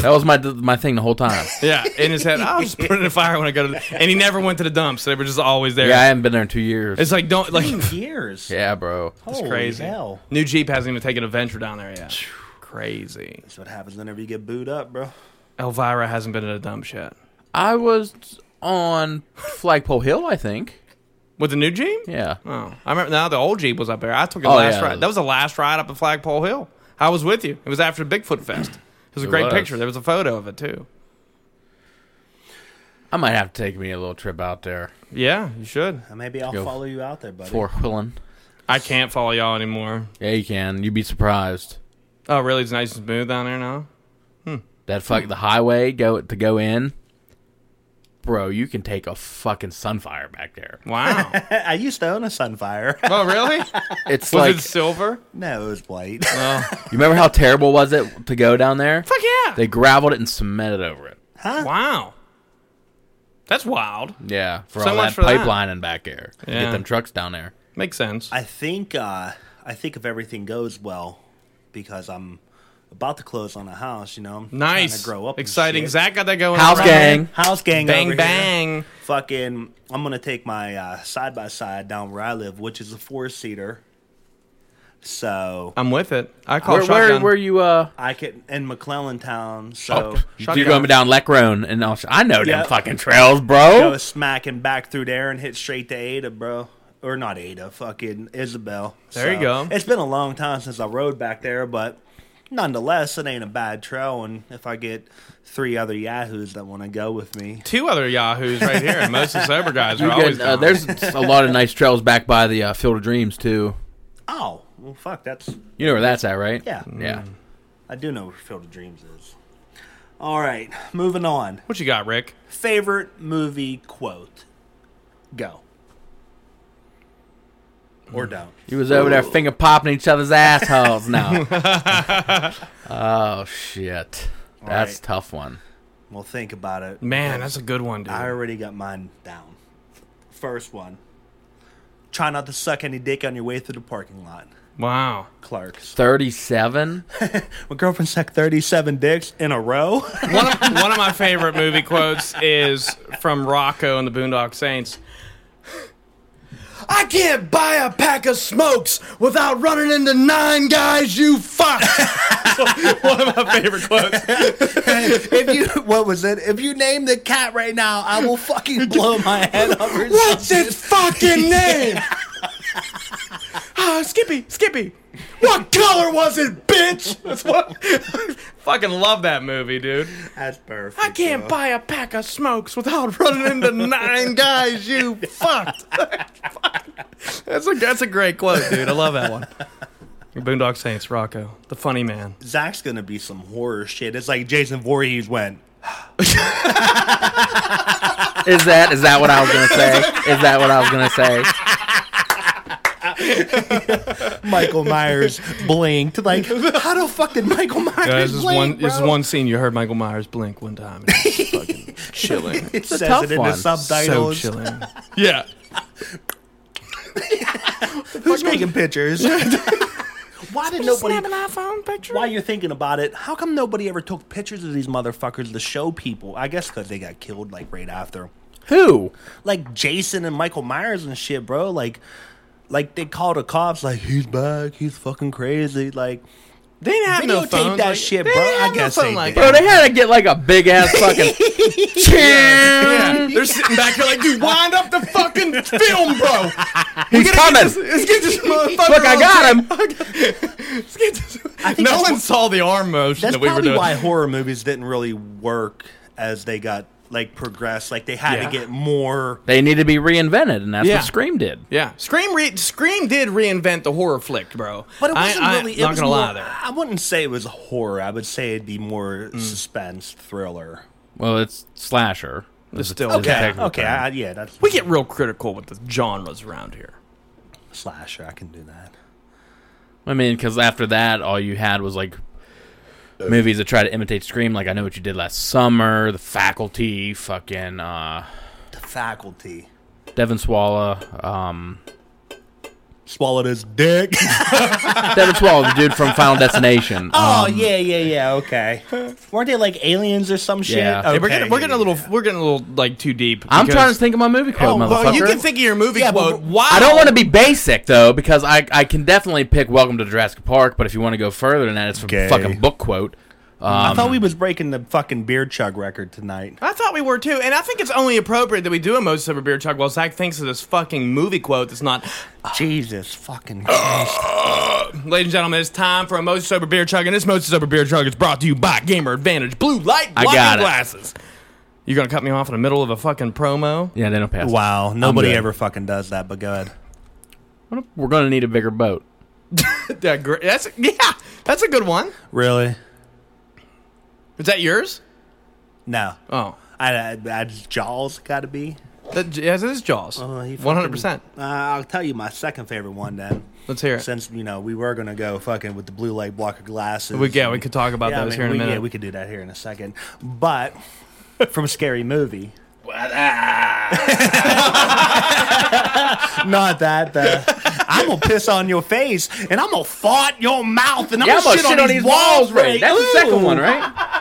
S3: That was my my thing the whole time.
S1: yeah in his head. I'll just put it in the fire when I go to. The, and he never went to the dumps. They were just always there.
S3: Yeah, I haven't been there in two years.
S1: it's like don't like
S2: Years.
S3: yeah, bro.
S2: Holy
S1: crazy.
S2: hell.
S1: New Jeep hasn't even taken a venture down there yet. crazy.
S2: That's what happens whenever you get booed up, bro.
S1: Elvira hasn't been in a dump yet.
S3: I was on Flagpole Hill, I think.
S1: With the new Jeep?
S3: Yeah.
S1: Oh, I remember now. The old Jeep was up there. I took the
S3: Oh,
S1: last
S3: yeah.
S1: ride. That was the last ride up at Flagpole Hill. I was with you. It was after Bigfoot Fest. It was a
S3: It
S1: great
S3: was.
S1: picture. There was a photo of it too.
S3: I might have to take me a little trip out there.
S1: Yeah, you should.
S2: Maybe I'll
S3: Yo.
S2: follow you out there, buddy.
S3: For Quillen.
S1: I can't follow y'all anymore.
S3: Yeah, you can. You'd be surprised.
S1: Oh, really? It's nice and smooth down there now.
S3: That fuck the highway go to go in. Bro, you can take a fucking sunfire back there.
S1: Wow.
S2: I used to own a Sunfire.
S1: oh, really?
S3: It's
S1: Was
S3: like
S1: it silver?
S2: no, it was white.
S3: you remember how terrible was it to go down there?
S1: Fuck yeah.
S3: They graveled it and cemented over it.
S1: wow. That's wild.
S3: Yeah, for
S1: So
S3: all
S1: much
S3: that
S1: for that.
S3: pipelining back there. to
S1: Yeah.
S3: Get them trucks down there.
S1: Makes sense.
S2: I think uh, I think if everything goes well, because I'm about to close on a house, you know. I'm trying
S1: nice.
S2: to grow up. and
S1: Exciting.
S2: shit.
S1: Zach got that going.
S3: House
S1: on.
S3: gang.
S2: House gang. over
S1: Bang
S2: here.
S1: bang.
S2: Fucking. I'm gonna take my uh, side by side down where I live, which is a four seater. So
S1: I'm with it. I call
S3: Where, where
S1: shotgun.
S3: were you? Uh,
S2: I could in McClellan Town. So.
S3: you're going down Leckrone and all. I know
S2: Yeah.
S3: them fucking trails,
S1: Oh.
S2: go
S3: bro.
S2: smacking back through there and hit straight to Ada, bro. Or not Ada, fucking Isabel.
S1: There you go.
S2: It's been a long time since I rode back there, but nonetheless, it ain't a bad trail. And if I get three other yahoos that want to go with me,
S1: Two other yahoos right here. and Most of the sober guys are
S3: You
S1: always
S3: can- uh,
S1: down.
S3: there's a lot of nice trails back by the uh, Field of Dreams too.
S2: oh well, fuck, that's
S3: You know where that's at, right? Mm.
S2: yeah.
S3: Yeah.
S2: I do know where Field of Dreams is. All right, moving on.
S1: What you got, Rick?
S2: Favorite movie quote? Go. Or
S1: Hmm.
S2: don't.
S3: He was over there finger popping each other's assholes now. oh shit. That's
S2: right.
S3: tough one.
S2: Well, think about it.
S1: Man, that's a good one, dude.
S2: I already got mine down. First one. Try not to suck any dick on your way through the parking lot.
S1: Wow.
S2: Clark's.
S3: 37?
S2: My girlfriend sucked 37 dicks in a row.
S1: One of, one of my favorite movie quotes is from Rocco and the Boondock Saints. I can't buy a pack of smokes without running into nine guys you fuck. one of my favorite quotes.
S2: if you, what was it? If you name the cat right now, I will fucking blow my head off. or
S1: What's
S2: something.
S1: its fucking name? Ah, Skippy, Skippy. What color was it, bitch? That's what. fucking love that movie, dude.
S2: That's perfect.
S1: I can't
S2: bro.
S1: buy a pack of smokes without running into nine guys. You fucked. that's a that's a great quote, dude. I love that one. Boondock Saints, Rocco, the funny man.
S2: Zach's gonna be some horror shit. It's like Jason Voorhees went.
S3: Is that is that what I was gonna say? Is that what I was gonna say?
S2: Michael Myers blinked. Like, how the fuck did Michael Myers
S1: Guys, this is
S2: blink,
S1: one this is
S2: bro?
S1: one scene you heard Michael Myers blink one time. and It's just fucking chilling.
S2: It says
S3: tough
S2: it in
S3: one.
S2: the
S1: So
S3: So
S2: subtitles.
S1: chilling. Yeah.
S2: Who's making pictures? Why did nobody?
S1: iPhone picture?
S2: While you're thinking about it, how come nobody ever took pictures of these motherfuckers to show people? I guess because they got killed like right after,
S3: Who?
S2: like Jason and Michael Myers and shit, bro. Like like they call the cops like he's back, he's fucking crazy. Like
S1: They didn't have no
S2: Videotape
S1: phones.
S2: that
S1: like-
S2: shit,
S1: they
S2: bro.
S1: didn't
S2: I
S1: have no
S2: guess they
S1: phone like
S2: did.
S3: Bro,
S1: that.
S3: they had to get like a big ass fucking.
S1: Yeah, they're sitting back here like, dude, wind up the fucking film, bro.
S3: He's
S1: Get
S3: coming.
S1: this, let's get this motherfucker.
S3: Look, I
S1: on
S3: got him.
S1: tape. No one saw the arm motion
S2: that's
S1: that we were
S2: probably
S1: doing.
S2: why horror movies didn't really work as they got like progressed. Like they had
S1: Yeah.
S2: to get more.
S3: They need to be reinvented, and that's
S1: Yeah.
S3: what Scream did.
S1: Yeah, Scream. Re- Scream did reinvent the horror flick, bro.
S2: But it wasn't
S1: I, I,
S2: really. It
S1: not
S2: was
S1: gonna
S2: more,
S1: lie there. Mm.
S2: I wouldn't say it was horror. I would say it'd be more suspense thriller.
S3: Well, it's slasher.
S1: It's still
S3: It's a
S2: Okay,
S3: technical
S2: okay,
S3: term.
S2: I, yeah, that's
S1: We get real critical with the genres around here.
S2: slasher. I can do that.
S3: I mean, because after that, all you had was like movies that try to imitate Scream. Like I know what you did last summer, The Faculty, fucking uh,
S2: The faculty
S3: Devin Swalla, um,
S2: swallowed his dick.
S3: Devin Swalla, the dude from Final Destination.
S2: oh
S3: Um,
S2: yeah, yeah, yeah. Okay, weren't they like aliens or some shit?
S3: Yeah.
S2: Okay,
S3: Hey,
S1: Hey, we're getting, we're getting a
S2: yeah,
S1: little,
S2: yeah.
S1: we're getting a little like too deep.
S3: I'm
S1: because-
S3: trying to think of my movie quote,
S2: Oh,
S3: motherfucker.
S1: Well, you can think of your movie
S2: Yeah, but
S1: quote. Wow.
S3: I don't want to be basic though, because I I can definitely pick Welcome to Jurassic Park, but if you want to go further than that, it's from
S2: Gay.
S3: fucking book quote.
S2: I thought
S1: Um.
S2: we was breaking the fucking beard chug record tonight.
S1: I thought we were too, and I think it's only appropriate that we do a most sober beer chug while Zach thinks of this fucking movie quote that's not.
S2: Jesus fucking.
S1: Ladies and gentlemen, it's time for a most sober beer chug, and this most sober beer chug is brought to you by Gamer Advantage Blue Light
S3: I got
S1: Blocking
S3: it.
S1: Glasses. You're gonna cut me off in the middle of a fucking promo?
S3: Yeah, they don't pass.
S2: Wow, nobody
S3: good.
S2: ever fucking does that. But go ahead.
S3: We're gonna need a bigger boat.
S1: That gr- That's yeah, that's a good one.
S2: Really?
S1: Is that yours?
S2: No.
S1: Oh,
S2: I, I, I Jaws got to be.
S1: that yes, it is Jaws.
S2: Oh, he fucking-
S1: One hundred percent.
S2: Uh, I'll tell you my second favorite one then.
S1: Let's hear it.
S2: Since you know we were gonna go fucking with the blue light blocker glasses.
S1: We, yeah, we could talk about
S2: Yeah, I
S1: those
S2: mean,
S1: here in a
S2: we-
S1: minute.
S2: Yeah, we could do that here in a second. But from Scary Movie. Not that. The, I'm gonna piss on your face, and I'm gonna fart your mouth, and I'm
S3: Yeah,
S2: gonna shit, on, these walls, right?
S3: That's the second one, right?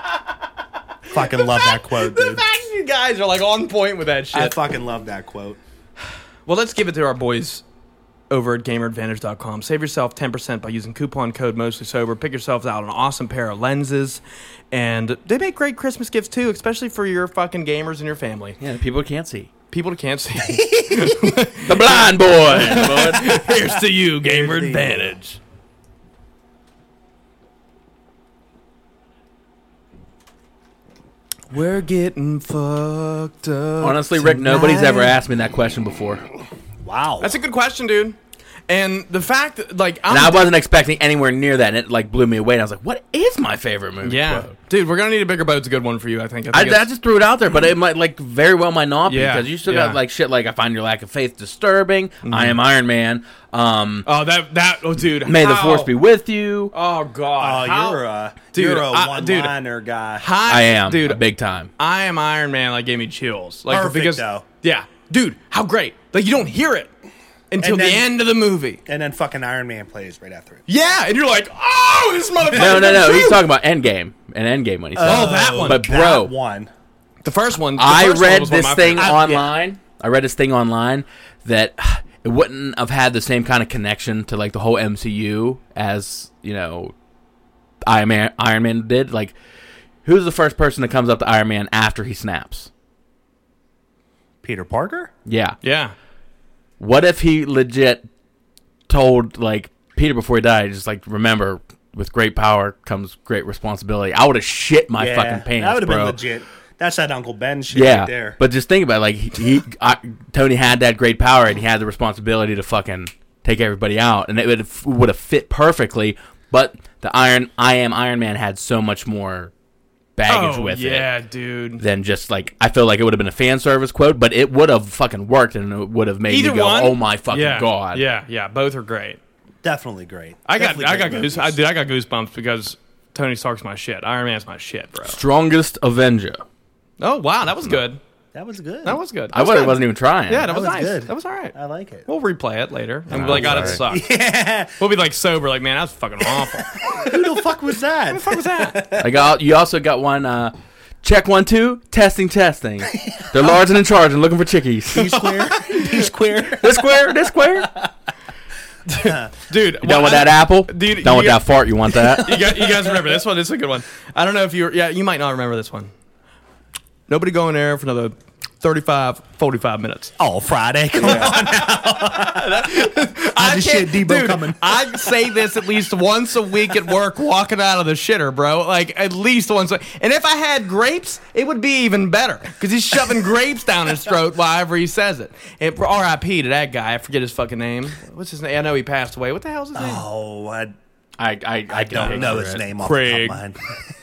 S2: Fucking love that quote,
S1: the
S2: dude.
S1: fact you guys are like on point with that shit.
S2: I fucking love that quote.
S1: Well, let's give it to our boys over at gameradvantage.com. Save yourself 10% by using coupon code mostly sober. Pick yourselves out an awesome pair of lenses and they make great Christmas gifts too, especially for your fucking gamers and your family.
S3: Yeah, people can't see.
S1: People that can't see.
S3: The blind boy.
S1: Here's to you, Gamer
S2: Here's to you.
S1: Advantage. We're getting fucked up.
S3: Honestly, Rick, nobody's ever
S1: tonight.
S3: asked me that question before, and
S2: Wow.
S1: That's a good question, dude. And the fact, that, like, I'm
S3: I wasn't expecting anywhere near that, and it like blew me away. And I was like, "What is my favorite movie?"
S1: Yeah,
S3: quote?
S1: dude, we're gonna need a bigger boat's a good one for you. I think. I,
S3: I,
S1: think
S3: I
S1: it's-
S3: just threw it out there, but it might like very well might not be
S1: Yeah,
S3: because you still
S1: yeah.
S3: got like shit like I find your lack of faith disturbing. I am Iron Man. Um,
S1: oh that that oh dude.
S3: may the
S1: how-
S3: force be with you.
S1: Oh god.
S2: Oh,
S1: how-
S2: you're a
S1: Dude,
S2: you're a
S1: I- dude.
S2: one-liner guy.
S1: Hi-
S3: I am
S1: dude.
S3: dude, big time.
S1: I am Iron Man. Like gave me chills. Like
S2: Perfect,
S1: because
S2: though.
S1: yeah, dude, how great. Like you don't hear it until
S2: And
S1: the
S2: then-
S1: end of the movie.
S2: And then fucking Iron Man plays right after it.
S1: Yeah, and you're like, oh, this motherfucker.
S3: No, no, no.
S1: true.
S3: He's talking about Endgame and Endgame when he said.
S1: Oh,
S3: it.
S1: that one.
S3: But
S2: That
S3: bro,
S2: one.
S1: the first one. the
S3: I
S1: first one
S3: read
S1: was one of
S3: this
S1: my
S3: thing
S1: favorites.
S3: online. I read this thing online that it wouldn't have had the same kind of connection to like the whole MCU as you know, Iron Man, Iron Man did. Like, who's the first person that comes up to Iron Man after he snaps?
S2: Peter Parker?
S3: Yeah.
S1: Yeah.
S3: What if he legit told like Peter before he died, just like remember, with great power comes great responsibility. I would have shit my fucking pants,
S2: That would have
S3: bro.
S2: been legit. That's that Uncle Ben shit
S3: Yeah,
S2: right there.
S3: but just think about it, like he, he I, Tony had that great power and he had the responsibility to fucking take everybody out, and it would would have fit perfectly. But the Iron I am Iron Man had so much more baggage
S1: Oh
S3: with
S1: yeah,
S3: it
S1: dude.
S3: than just like I feel like it would have been a fan service quote, but it would have fucking worked and it would have made
S1: Either
S3: me go,
S1: one.
S3: oh my fucking
S1: yeah,
S3: god,
S1: Yeah, yeah. Both are great.
S2: Definitely great.
S1: I got
S2: Definitely
S1: I
S2: great
S1: got goose,
S2: movies.
S1: I, dude, I got goosebumps because Tony Stark's my shit. Iron Man's my shit, bro.
S3: strongest Avenger.
S1: Oh wow, that was good.
S2: That was good.
S1: That was good.
S3: I
S1: That
S3: would,
S1: good.
S3: wasn't even trying.
S1: Yeah, that, was,
S2: was
S1: nice.
S2: good.
S1: That was all right.
S2: I like it.
S1: We'll replay it later, and we'll be like, "God, it sucked." We'll be like sober, like, "Man, that was fucking awful."
S2: Who the fuck was that?
S1: what was that?
S3: I got you also got one. uh Check one two testing testing. They're large and in charge and looking for chickies.
S2: He's queer. He's queer.
S3: this square, this square.
S1: dude.
S3: You done with that apple?
S1: Dude,
S3: done
S1: you
S3: with
S1: got-
S3: that fart? You want that?
S1: you, guys, you guys remember this one? This is a good one. I don't know if you yeah, you might not remember this one. Nobody going there for another 35, 45 minutes.
S2: All Friday. Come on now. I just shit
S1: can't-
S2: Debo
S1: dude,
S2: coming.
S1: I say this at least once a week at work, walking out of the shitter, bro. Like at least once. a- And if I had grapes, it would be even better because he's shoving grapes down his throat whenever he says it. And R.I.P. to that guy. I forget his fucking name. What's his name? I know he passed away. What the hell's his name?
S2: Oh, I,
S3: I I, I
S2: don't know his name off
S1: Craig.
S2: the top of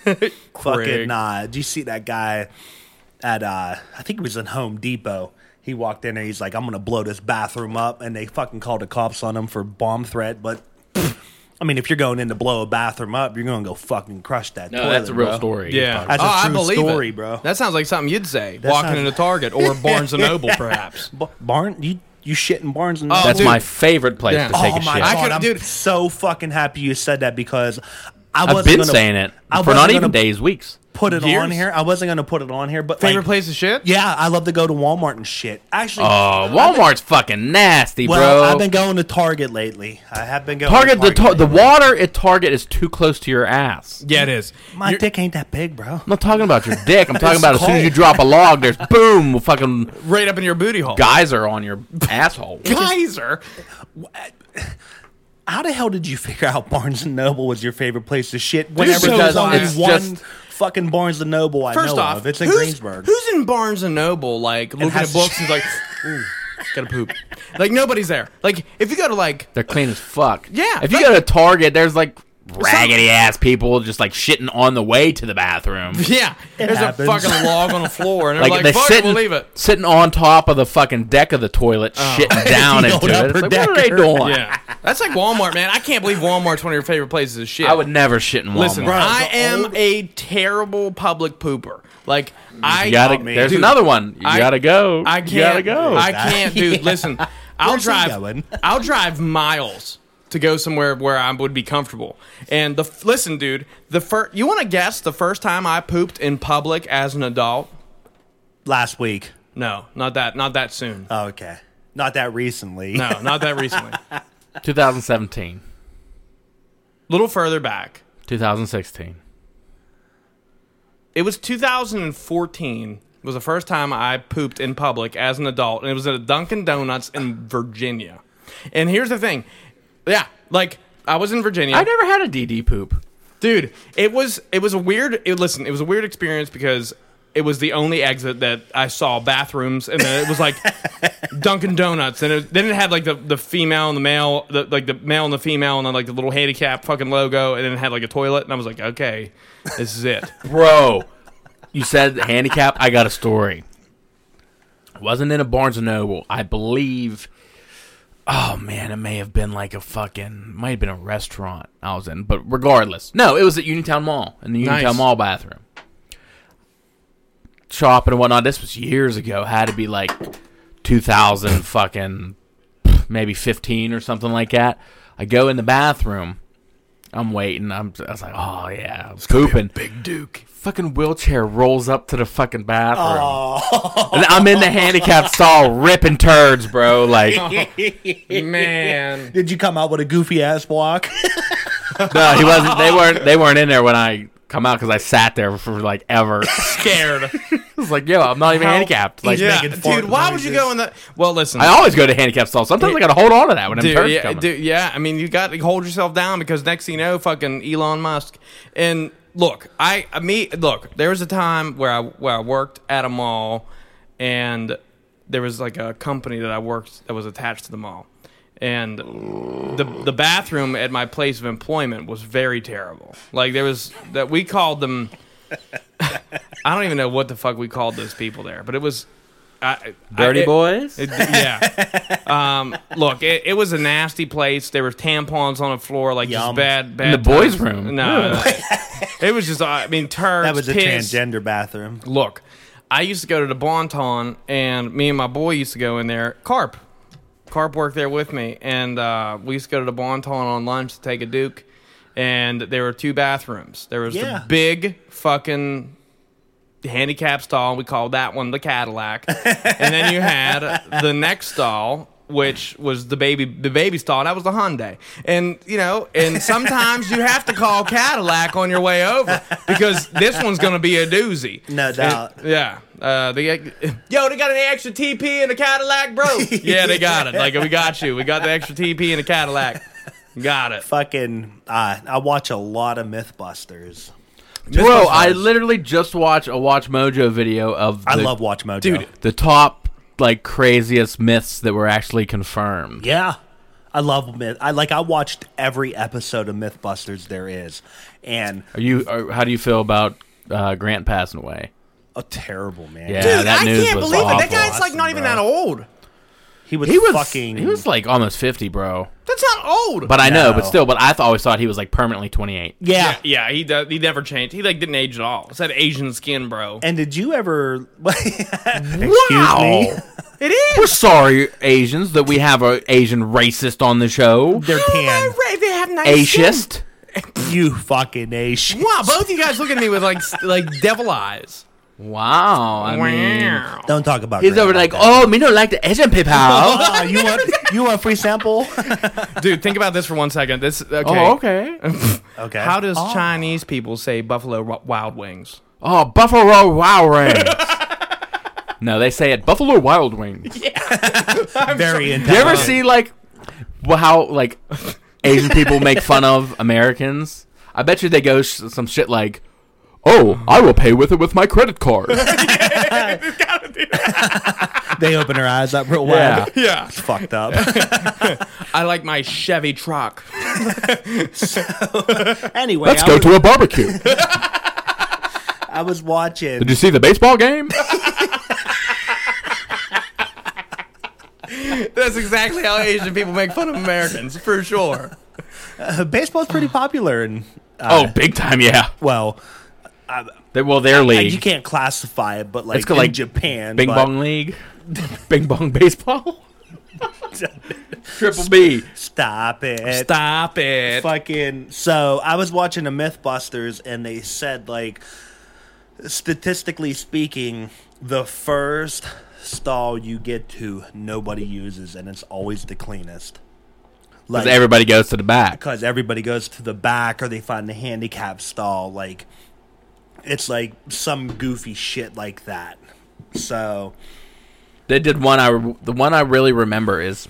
S2: my head. Fucking nah. Did you see that guy at uh I think it was in Home Depot. He walked in there, he's like, I'm gonna blow this bathroom up and they fucking called the cops on him for bomb threat, but pfft, I mean if you're going in to blow a bathroom up, you're gonna go fucking crush that
S3: No,
S2: toilet,
S3: that's a real
S2: bro.
S3: story.
S1: Yeah,
S2: That's a
S1: Oh, I
S2: true
S1: believe
S2: story,
S1: it.
S2: bro.
S1: That sounds like something you'd say walking
S2: sounds-
S1: into Target or Barnes and Noble, perhaps.
S2: Ba- Barn you you shit in Barnes and
S1: Oh,
S3: That's
S1: dude.
S3: my favorite place
S1: Yeah.
S3: to take
S1: Oh
S3: a
S1: my God.
S3: shit.
S2: I
S1: I could-
S2: I'm
S1: dude.
S2: so fucking happy you said that because I
S3: I've
S2: wasn't
S3: been
S2: gonna,
S3: saying it
S2: I
S3: for not
S2: wasn't
S3: even
S2: gonna
S3: days, weeks.
S2: Put it on
S1: years.
S2: here. I wasn't gonna put it on here, but
S1: Favorite
S2: like,
S1: place of shit?
S2: Yeah, I love to go to Walmart and shit. Actually,
S3: Oh, Walmart's fucking nasty,
S2: well,
S3: bro.
S2: I've been going to Target lately. I have been going
S3: Target
S2: to
S3: the tar- the water at Target is too close to your ass.
S1: Yeah, it is.
S2: My
S1: You're-
S2: dick ain't that big, bro.
S3: I'm not talking about your dick. I'm talking about as soon as you drop a log, there's boom, fucking
S1: right up in your booty hole.
S3: geyser on your asshole.
S1: Geyser.
S2: How the hell did you figure out Barnes and Noble was your favorite place to shit?
S1: so
S2: there's
S1: wide.
S2: only
S1: It's
S2: one
S3: just-
S2: fucking Barnes and Noble I
S1: First
S2: know
S1: off,
S2: of. It's in
S1: who's,
S2: Greensburg.
S1: Who's in Barnes and Noble, like looking
S2: has
S1: at
S2: to-
S1: books and is like, ooh, gotta poop. Like nobody's there. Like if you go to like
S3: They're clean as fuck.
S1: Yeah,
S3: If you
S1: that-
S3: go to Target, there's like raggedy ass people just like shitting on the way to the bathroom.
S1: yeah, there's
S2: happens.
S1: a fucking log on the floor, and they're like,
S3: Like, they're
S1: fuck it,
S3: sitting,
S1: we'll leave it. Oh.
S3: sitting on top of the fucking deck of the toilet, shitting down
S2: The
S3: into
S2: old
S3: it. It's
S2: upper
S3: like, what are they
S2: decker.
S3: doing?
S1: Yeah, that's like Walmart, man. I can't believe Walmart's one of your favorite places of shit.
S3: I would never shit in Walmart.
S1: Listen,
S2: Bro,
S1: I
S2: the
S1: am
S2: old-
S1: a terrible public pooper. Like I
S3: You gotta,
S2: Oh, man.
S3: there's
S1: Dude,
S3: another one. You
S1: I-
S3: gotta go.
S1: I
S3: You
S1: can't
S3: gotta go.
S1: I can't, dude. Listen, I'll
S2: Where's he
S1: drive.
S2: going?
S1: I'll drive miles to go somewhere where I would be comfortable. And the f- listen, dude. The first you want to guess the first time I pooped in public as an adult?
S2: Last week. Oh,
S1: No, not that. Not that soon.
S2: Okay. Not that recently.
S1: No, not that recently.
S3: 2017,
S1: little further back.
S3: 2016.
S1: It was 2014. Was the first time I pooped in public as an adult, and it was at a Dunkin' Donuts in Virginia. And here's the thing, yeah, like I was in Virginia.
S3: I never had a DD poop.
S1: dude it was it was a weird it, listen it was a weird experience because it was the only exit that i saw bathrooms and then it was like dunkin' donuts and it, then it had like the, the female and the male the, like the male and the female and then like the little handicap fucking logo and then it had like a toilet and i was like okay this is it
S3: Bro, you said handicap. I got a story. Wasn't in a Barnes and Noble. I believe. Oh man, it may have been like a fucking, might have been a restaurant I was in, but regardless, no, it was at Uniontown Mall in the Uniontown
S1: Nice.
S3: Mall bathroom, shopping and whatnot. This was years ago. Had to be like two thousand fucking, maybe fifteen or something like that. I go in the bathroom. I'm waiting. I'm. I was like, oh yeah, I'm pooping. Big Duke. Fucking wheelchair rolls up to the fucking bathroom,
S1: Oh.
S3: and I'm in the handicap stall ripping turds, bro. Like,
S1: man
S2: Did you come out with a goofy ass walk?
S3: no, he wasn't. They weren't. They weren't in there when I come out because I sat there for like ever. It's
S1: scared
S3: like, yo, I'm not even handicapped. Like,
S1: yeah
S2: making fart
S1: dude why would you go
S2: noises.
S1: in the well listen
S3: I always go to handicap stall. Sometimes I gotta hold on to that when I'm
S1: Dude,
S3: turds
S1: yeah,
S3: coming.
S1: dude, yeah. I mean, you got to hold yourself down because next thing you know, fucking Elon Musk. And look, I, I me, look. There was a time where I where I worked at a mall, and there was like a company that I worked that was attached to the mall, and the the bathroom at my place of employment was very terrible. Like there was that we called them. I don't even know what the fuck we called those people there, but it was. I,
S3: Dirty
S1: I, it-
S3: boys.
S1: it- yeah. Um, look, it, it was a nasty place. There were tampons on the floor, like just
S2: Yum.
S1: bad, bad.
S3: the boys'
S1: times.
S3: room.
S1: No, no. it was just. uh, I mean, turds.
S2: That was a
S1: piss.
S2: transgender bathroom.
S1: Look, I used to go to the Bonton, and me and my boy used to go in there. Carp, Carp worked there with me, and uh, we used to go to the Bonton on lunch to take a Duke. And there were two bathrooms. There was
S2: Yeah.
S1: the big fucking handicap stall. We called that one the Cadillac, and then you had the next stall. which was the baby the baby stall. That was the Hyundai, and you know, and sometimes you have to call Cadillac on your way over because this one's going to be a doozy.
S2: No
S1: And-
S2: doubt.
S1: yeah. Uh, they yo, they got an extra TP in a Cadillac, bro. yeah, they got it. Like we got you. We got the extra TP in a Cadillac. Got it.
S2: Fucking, uh, I watch a lot of MythBusters.
S3: Bro, I literally just watched a Watch Mojo video of the,
S2: I love Watch Mojo,
S3: dude the top like craziest myths that were actually confirmed.
S2: Yeah. I love Myth. I like. I watched every episode of MythBusters there is, and
S3: Are you? Are, how do you feel about uh, Grant passing away?
S2: oh, terrible man.
S3: Yeah, that news was awful.
S1: That guy's like not even that old.
S2: he was,
S3: He was
S2: fucking.
S3: he was like almost fifty, bro.
S1: That's not old.
S3: But I know, but
S2: No.
S3: still, but I th- always thought he was like permanently twenty eight.
S2: yeah.
S1: yeah, yeah, he does, he never changed. He like didn't age at all. It's that Asian skin, bro.
S2: And did you ever?
S3: wow.
S2: Excuse me.
S1: It is.
S3: We're sorry, Asians, that we have a Asian racist on the show.
S2: They're tan.
S1: They have nice
S3: Asiast.
S2: You fucking nation.
S1: Wow, both you guys looking at me with like s- like devil eyes.
S3: Wow. I mean,
S1: Wow.
S2: Don't talk about.
S3: he's
S2: Grant
S3: over like,
S2: that.
S3: oh, me don't like the Asian people. oh,
S2: Oh, you want you want free sample?
S1: Dude, think about this for one second. This Oh, okay.
S3: Oh, okay.
S2: Okay.
S1: How does
S2: Oh.
S1: Chinese people say buffalo wi- wild wings?
S3: Oh, Buffalo Wild Wings. no, they say it Buffalo Wild Wings. Do
S2: very
S3: you
S2: intelligent?
S3: ever see like wh- how like Asian people make fun of Americans? I bet you they go sh- some shit like, "Oh, I will pay with it with my credit card."
S2: They open their eyes up real wide.
S1: Yeah,
S2: It's fucked up.
S1: I like my Chevy truck.
S2: anyway,
S3: Let's
S2: I,
S3: go
S2: was,
S3: to a barbecue. Did
S2: I was watching.
S3: you see the baseball game?
S1: That's exactly how Asian people make fun of Americans, for sure.
S2: Uh, baseball's pretty popular, and
S3: oh, big time, yeah.
S2: well,
S3: They, well, their
S2: like,
S3: league.
S2: Uh, you can't classify it, but like
S3: It's called,
S2: in
S3: like,
S2: Japan,
S3: Bing
S2: but-
S3: Bong League. Bing Bong Baseball. Triple B.
S2: Stop it.
S1: Stop it.
S2: fucking so i was watching the mythbusters and they said like statistically speaking the first stall you get to nobody uses and it's always the cleanest like
S3: Because everybody goes to the back.
S2: because everybody goes to the back or they find the handicap stall like it's like some goofy shit like that so
S3: They did one. I the one I really remember is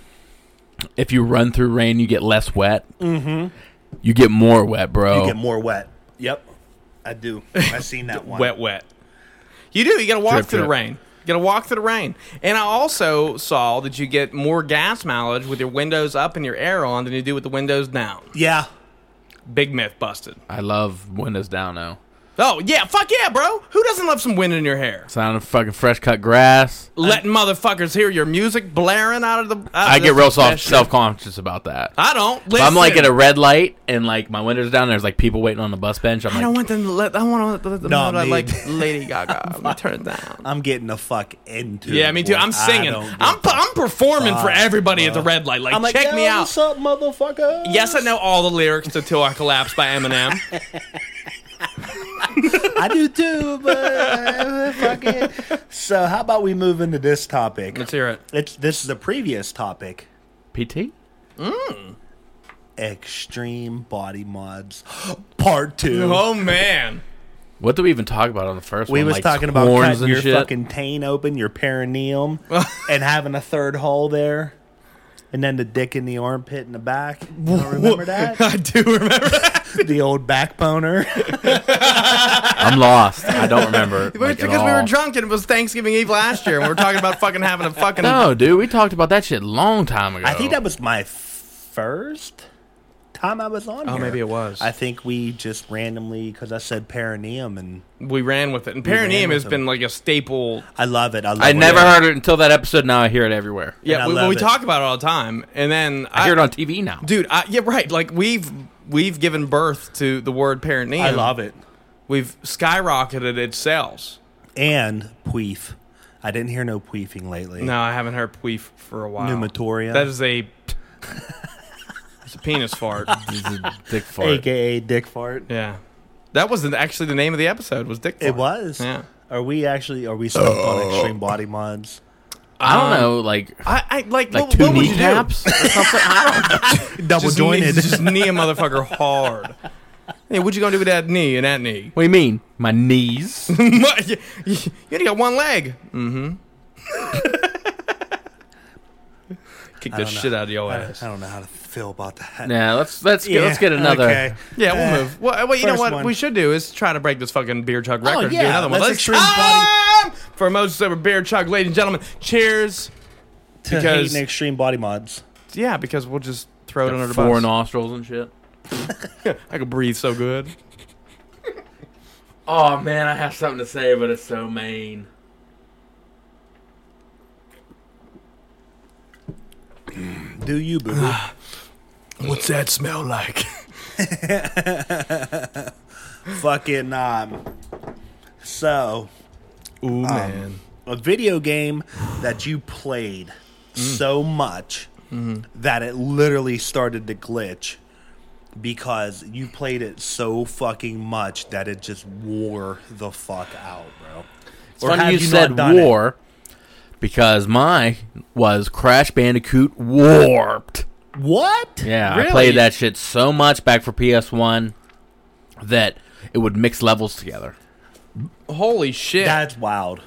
S3: if you run through rain, you get less wet. Mm-hmm. You get more wet, bro.
S1: Oh.
S2: you get more wet yep i do i seen that one
S1: wet, wet. You do. You got to walk
S3: Drip,
S1: through the
S3: drip.
S1: rain. You got to walk through the rain. And I also saw that you get more gas mileage with your windows up and your air on than you do with the windows down.
S2: yeah
S1: Big myth busted.
S3: I love windows down though.
S1: Oh yeah, fuck yeah, bro. Who doesn't love some wind in your hair?
S3: Sound of fucking fresh cut grass.
S1: Letting motherfuckers hear your music blaring out of the.
S2: Oh,
S1: out
S3: I
S1: of
S3: get
S1: the
S3: real soft,
S1: session.
S3: self conscious about that.
S1: I don't.
S3: If
S1: Listen.
S3: I'm like at a red light and like my windows down, there's like people waiting on the bus bench. I'm
S1: I
S3: like,
S1: don't want them to let. I want to let them
S2: No,
S1: know that I
S2: me-
S1: like Lady Gaga. Let me turn it down.
S2: i'm getting the fuck into
S1: Yeah,
S2: it,
S1: me too.
S2: boy.
S1: I'm
S2: I
S1: singing.
S2: don't give
S1: I'm
S2: a
S1: I'm performing for everybody at the red light. Like,
S2: I'm like,
S1: check me
S2: "Yo,
S1: out.
S2: What's up, motherfucker?
S1: Yes, I know all the lyrics to "Till I Collapse" by Eminem.
S2: I do too, but uh, fuck it. So, how about we move into this topic?
S1: Let's hear it.
S2: It's this is a previous topic:
S3: PT.
S2: extreme body mods, part two.
S1: Oh man,
S3: What did we even talk about on the first
S2: We
S3: one?
S2: was
S3: Like,
S2: talking about
S3: horns
S2: cutting
S3: and
S2: your
S3: shit?
S2: fucking tane open, your perineum, and having a third hole there, and then the dick in the armpit and the back. You don't remember that?
S1: I do remember.
S2: the old back boner.
S3: I'm lost. I don't remember. like, oh. at
S1: because we were
S3: all.
S1: drunk and it was Thanksgiving Eve last year, and we were talking about fucking having a fucking.
S3: No, dude, we talked about that shit long time ago.
S2: I think that was my f- first time I was on.
S1: Oh,
S2: here.
S1: maybe it was.
S2: I think we just randomly because I said perineum and
S1: we ran with it, and
S2: ran
S1: perineum has
S2: with
S1: been
S2: it.
S1: like a staple.
S2: I love it. I, love
S3: I
S2: it.
S3: never heard it until that episode. Now I hear it everywhere.
S1: Yeah,
S2: I
S1: we, well,
S2: love
S1: we
S2: it.
S1: talk about it all the time, and then
S3: I, hear it on TV now.
S1: dude. I, yeah, right. Like we've we've given birth to the word perineum.
S2: I love it.
S1: We've skyrocketed its sales.
S2: And queef. I didn't hear no queefing lately.
S1: No, I haven't heard queef for a while.
S2: Pneumatoria.
S1: That is a. It's a penis fart.
S3: This is a dick fart.
S2: AKA dick fart.
S1: Yeah, that was the, actually the name of the episode. Was Dick?
S2: It
S1: Fart.
S2: was.
S1: Yeah.
S2: Are we actually? Are we stuck on extreme body mods?
S3: I don't know, like
S1: I, I like,
S3: like
S1: what,
S3: two
S1: what would you do?
S3: kneecaps or something. I don't know.
S2: Double
S1: Just knee,
S2: jointed.
S1: just knee a motherfucker hard. Hey, what you gonna do with that knee and that knee?
S3: What do you mean? My knees?
S1: What? you, you you only got one leg. Mm-hmm. Kick the shit out of your
S2: I
S1: ass.
S2: don't know how to feel about that.
S3: nah, let's let's get, let's
S2: Yeah,
S3: get another.
S2: okay.
S1: Yeah, we'll
S2: Uh,
S1: move. Well, well you know
S2: first
S1: what
S2: one. Oh,
S1: we should do is try to break this fucking beer chug record. and do
S2: yeah,
S1: another one.
S2: let's
S1: Let's
S2: extreme
S1: time for most sober beer chug, ladies and gentlemen. Cheers.
S2: To
S1: Because-
S2: hating extreme body mods.
S1: Yeah, because we'll just throw it under the
S3: Four
S1: bus.
S3: nostrils and shit.
S1: I could breathe so good.
S3: Oh man, I have something to say, but it's so mean.
S2: Do you, boo?
S1: What's that smell like?
S2: Fucking um. So,
S1: Ooh
S3: Um,
S1: man.
S2: a video game that you played
S3: Mm.
S2: so much
S3: Mm-hmm.
S2: that it literally started to glitch because you played it so fucking much that it just wore the fuck out, bro.
S3: It's funny
S2: have
S3: you,
S2: you
S3: said
S2: not done it?
S3: war because my was Crash Bandicoot Warped.
S2: What?
S3: Yeah, I
S1: Really?
S3: played that shit so much back for PS1 that it would mix levels together.
S1: Holy shit.
S2: That's wild.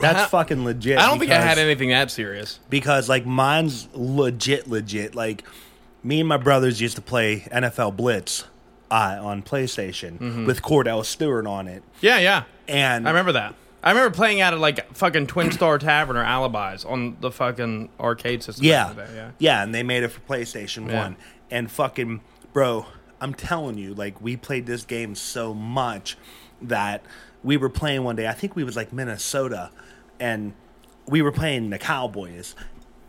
S2: That's fucking legit.
S1: I don't think I had
S2: because-
S1: anything that serious.
S2: because like mine's legit legit like me and my brothers used to play nfl blitz uh, on playstation
S1: Mm-hmm.
S2: with cordell stewart on it
S1: Yeah, yeah.
S2: and
S1: I remember that. I remember playing out at like fucking Twin Star Tavern or Alibis on the fucking arcade system.
S2: yeah,
S1: back in the day, yeah.
S2: and they made it for playstation
S1: Yeah.
S2: 1 and fucking bro i'm telling you like we played this game so much that we were playing one day i think we was like minnesota and we were playing the cowboys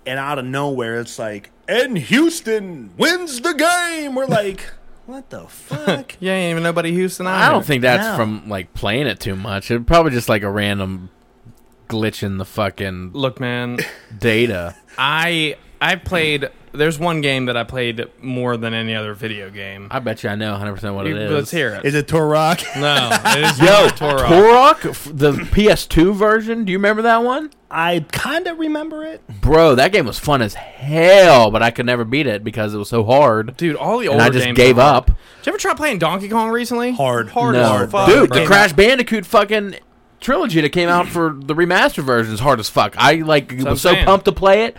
S2: and out of nowhere it's like and houston wins the game we're like what the fuck
S1: Yeah, ain't even nobody Houston. Either.
S3: I don't think that's
S2: No.
S3: from like playing it too much. It probably just like a random glitch in the fucking
S1: Look, man,
S3: data.
S1: I I played. There's one game that I played more than any other video game.
S3: I bet you I know 100% what it is.
S1: Let's hear it.
S2: Is it Torok?
S1: no, it is
S3: Yo,
S1: not Torok.
S3: Torok, f- the PS2 version. Do you remember that one?
S2: I kind of remember it.
S3: Bro, that game was fun as hell, but I could never beat it because it was so hard.
S1: Dude, all the
S3: and
S1: older
S3: I just
S1: games
S3: gave
S1: are hard.
S3: up.
S1: Did you ever try playing Donkey Kong recently?
S2: Hard.
S1: hard,
S3: no,
S1: as fuck,
S3: dude,
S1: bro.
S3: the Crash Bandicoot fucking trilogy that came out for the remastered version is hard as fuck. I like
S1: what I'm
S3: was so
S1: saying.
S3: pumped to play it.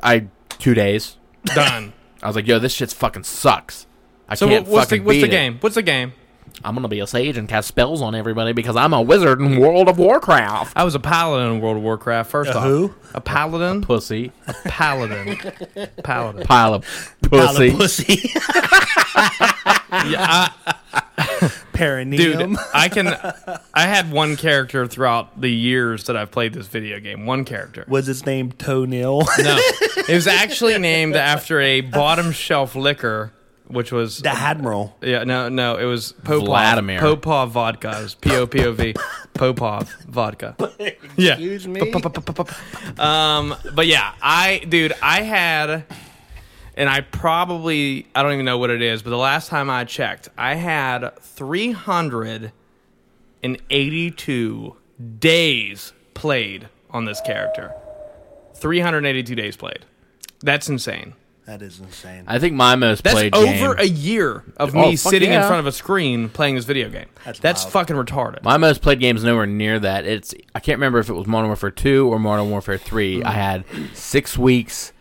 S3: I two days.
S1: done.
S3: I was like, yo, this shit's fucking sucks. I
S1: So
S3: can't
S1: what- what's the,
S3: fucking
S1: what's
S3: beat
S1: the
S3: it.
S1: game? What's the game?
S3: I'm gonna be a sage and cast spells on everybody because I'm a wizard in World of Warcraft.
S1: I was a paladin in World of Warcraft. First
S2: A
S1: off,
S2: who?
S1: A paladin.
S3: Pussy, a
S1: paladin. paladin.
S3: pile of pussy.
S2: Pussy.
S1: Dude,
S2: Perineum.
S1: I can. I had one character throughout the years that I've played this video game. One character.
S2: Was his name Toenail?
S1: No, it was actually named after a bottom shelf liquor, which was
S2: the Admiral.
S1: yeah. No, no, it was Popov.
S3: Vladimir.
S1: Popov vodka. It was P O P O V. Popov vodka. Yeah.
S2: Excuse me.
S1: Um, but yeah, I dude, I had, and I probably I don't even know what it is, but the last time I checked, I had three hundred and eighty-two days played on this character. Three hundred eighty-two days played. That's insane.
S2: That is insane.
S3: I think my most
S1: That's
S3: played game.
S1: over a year of me
S3: Oh, fuck
S1: sitting in
S3: yeah.
S1: front of a screen playing this video game. That's,
S2: That's wild.
S1: fucking retarded.
S3: My most played game is nowhere near that. It's I can't remember if it was Modern Warfare Two or Modern Warfare Three.
S1: Mm.
S3: I had six weeks,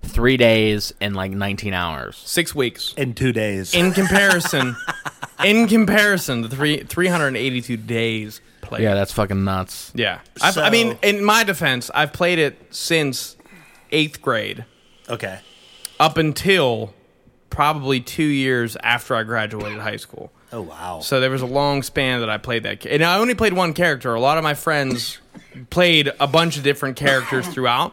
S3: three days, and like nineteen hours.
S1: Six weeks.
S2: In two days.
S1: in comparison, in comparison, the three three hundred and eighty two days played.
S3: Yeah, that's fucking nuts.
S1: yeah. I've, I mean,
S2: So-
S1: in my defense, I've played it since eighth grade
S2: okay.
S1: up until probably two years after I graduated high school.
S2: Oh, wow.
S1: So there was a long span that I played that, ca- and I only played one character. A lot of my friends played a bunch of different characters throughout.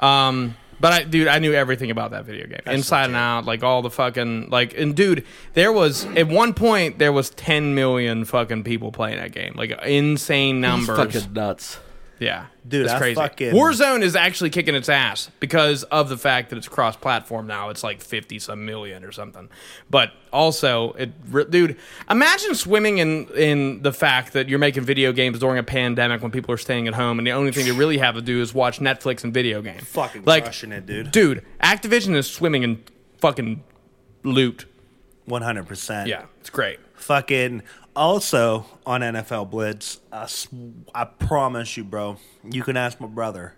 S1: Um, but I, dude, I knew everything about that video game, inside and out, like all the fucking like. And dude, there was at one point there was 10 million fucking people playing that game, like insane numbers.
S3: nuts.
S1: Yeah,
S2: Dude,
S1: it's
S2: I
S1: crazy.
S2: fucking-
S1: Warzone is actually kicking its ass because of the fact that it's cross-platform now. It's like fifty some million or something. But also, it, re- dude, imagine swimming in in the fact that you're making video games during a pandemic when people are staying at home and the only thing they really have to do is watch Netflix and video games.
S2: Fucking crushing it, dude.
S1: Dude, Activision is swimming in fucking loot.
S2: One hundred percent.
S1: Yeah, it's great.
S2: Fucking. Also on NFL Blitz, I, s- I promise you, bro. You can ask my brother.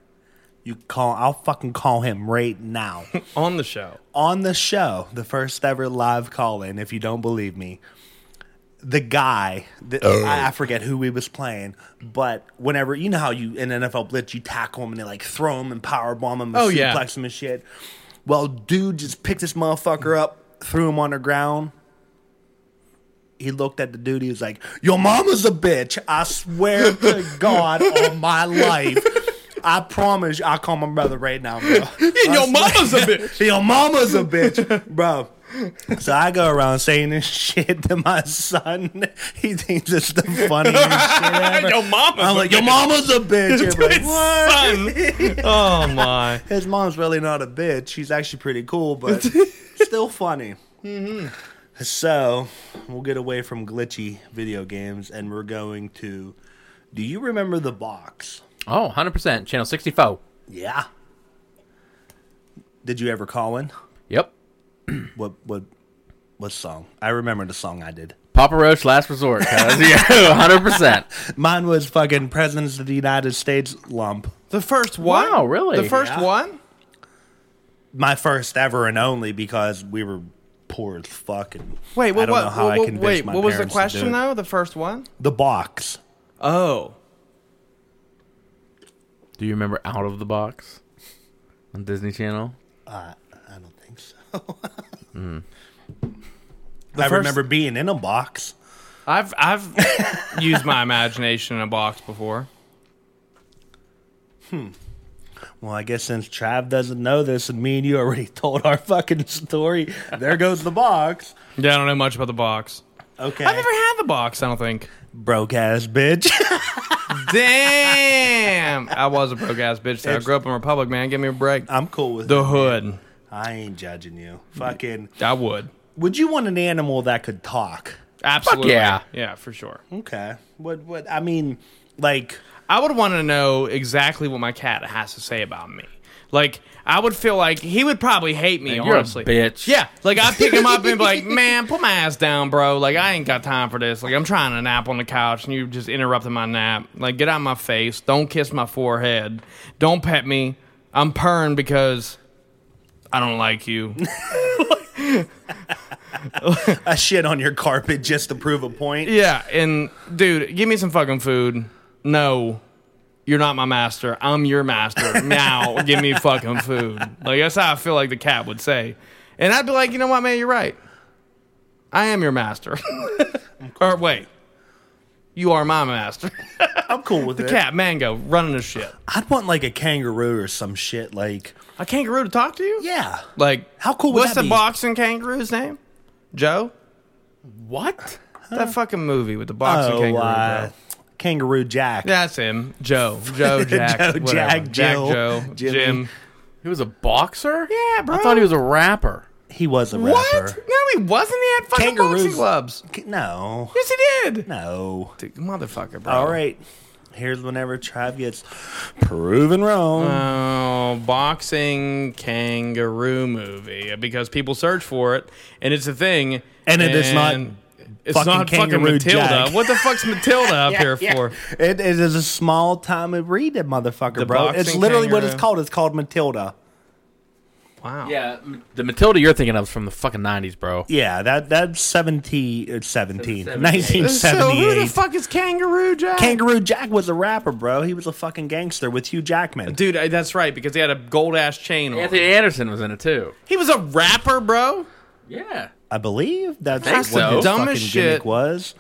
S2: You call. I'll fucking call him right now
S1: On the show,
S2: on the show. The first ever live call in. If you don't believe me, the guy. The, I, I forget who he was playing, but whenever you know how you in NFL Blitz you tackle him and they like throw him and power bomb him, and
S1: Oh,
S2: suplex
S1: yeah.
S2: him and shit. Well, dude just picked this motherfucker up, threw him on the ground he looked at the dude. He was like, "Your mama's a bitch. I swear to God on my life." I promise. you, I'll call my brother right now, bro.
S1: your mama's a bitch.
S2: Your mama's a bitch, bro. So I go around saying this shit to my son. He thinks it's the funniest shit ever.
S1: Your mama's
S2: I'm
S1: a
S2: like, your mama's a bitch. I'm like, what?
S1: son. Oh my.
S2: His mom's really not a bitch. She's actually pretty cool, but still funny. Mm-hmm. So, we'll get away from glitchy video games and we're going to. Do you remember the box?
S3: Oh, 100%. Channel 64.
S2: Yeah. Did you ever call in?
S3: Yep.
S2: What what what song? I remember the song I did.
S3: Papa Roach, Last Resort. cuz. Yeah, 100%.
S2: Mine was fucking Presidents of the United States lump.
S1: The first one?
S3: Wow, really?
S1: The first
S2: Yeah.
S1: one?
S2: My first ever and only because we were poor as fucking.
S1: Wait,
S2: I
S1: what,
S2: don't
S1: what,
S2: know how I
S1: what-
S2: convinced
S1: wait,
S2: my
S1: what was the
S2: parents to do
S1: question,
S2: it.
S1: though? The first one?
S2: The box.
S1: Oh.
S3: Do you remember Out of the Box on Disney Channel?
S2: I don't think so. I remember being in a box.
S1: I've, I've used my imagination in a box before.
S2: Well, I guess since Trav doesn't know this and me and you already told our fucking story, there goes the box.
S1: Yeah, I don't know much about the box.
S2: Okay.
S1: I've never had the box, I don't think.
S2: Broke ass bitch.
S1: Damn! I was a broke ass bitch. though. I grew up in Republic, man. Give me a break.
S2: I'm cool with
S1: The
S2: it.
S1: hood.
S2: I ain't judging you.
S1: Mm.
S2: Fucking.
S1: I would.
S2: Would you want an animal that could talk?
S1: Absolutely.
S3: yeah.
S1: Yeah, for sure.
S2: Okay. What, what, I mean, like,
S1: I would want to know exactly what my cat has to say about me. Like, I would feel like he would probably hate me,
S3: Man, you're a
S1: honestly.
S3: bitch.
S1: Yeah. Like, I'd pick him up and be like, man, put my ass down, bro. Like, I ain't got time for this. Like, I'm trying to nap on the couch and you're just interrupting my nap. Like, get out of my face. Don't kiss my forehead. Don't pet me. I'm purring because I don't like you.
S2: a shit on your carpet just to prove a point.
S1: yeah. And, dude, give me some fucking food. No. You're not my master. I'm your master. Now give me fucking food. Like that's how I feel like the cat would say. And I'd be like, you know what, man, you're right. I am your master. or wait. You are my master.
S2: I'm cool with it.
S1: cat, mango, running this shit.
S2: I'd want like a kangaroo or some shit. Like,
S1: A kangaroo to talk to you?
S2: yeah.
S1: Like
S2: How cool would
S1: What's
S2: that
S1: the
S2: be?
S1: boxing kangaroo's name? Joe?
S3: What?
S1: That fucking movie with the boxing
S2: Oh,
S1: kangaroo.
S2: uh,
S1: bro.
S2: Kangaroo Jack.
S1: That's him. Joe. Joe Jack.
S2: Joe,
S1: whatever.
S2: Jack, Jill,
S1: Joe.
S2: Jimmy.
S1: Jim.
S3: He was a boxer?
S1: Yeah, bro.
S3: I thought he was a rapper.
S2: He was a
S1: What?
S2: rapper.
S1: No, he wasn't. He had fucking
S2: Kangaroos-
S1: boxing gloves.
S2: K- No.
S1: Yes, he did.
S2: No.
S1: Dude, motherfucker, bro.
S2: All right. Here's whenever Trav gets proven wrong.
S1: Oh, boxing kangaroo movie uh, because people search for it and it's a thing.
S2: And it is not
S1: and It's
S2: fucking
S1: not fucking
S2: Kangaroo
S1: Matilda.
S2: Jack.
S1: What the fuck's Matilda up here for?
S2: It, it is a small time of read that motherfucker,
S1: The
S2: bro. It's
S1: boxing
S2: literally what
S1: kangaroo.
S2: it's called. It's called Matilda.
S1: Wow.
S3: Yeah, the Matilda you're thinking of is from the fucking 90s, bro.
S2: Yeah, that that's 70, uh, 17,
S1: So who the
S2: 1978.
S1: fuck is Kangaroo Jack?
S2: Kangaroo Jack was a rapper, bro. He was a fucking gangster with Hugh Jackman.
S1: Dude, I- that's right because he had a gold ass chain on.
S3: Anthony Anderson was in it too.
S1: He was a rapper, bro.
S3: Yeah.
S2: I believe that's
S3: think
S2: what
S3: so.
S2: his
S1: Dumb
S2: fucking
S1: as
S2: gimmick
S1: shit.
S2: was.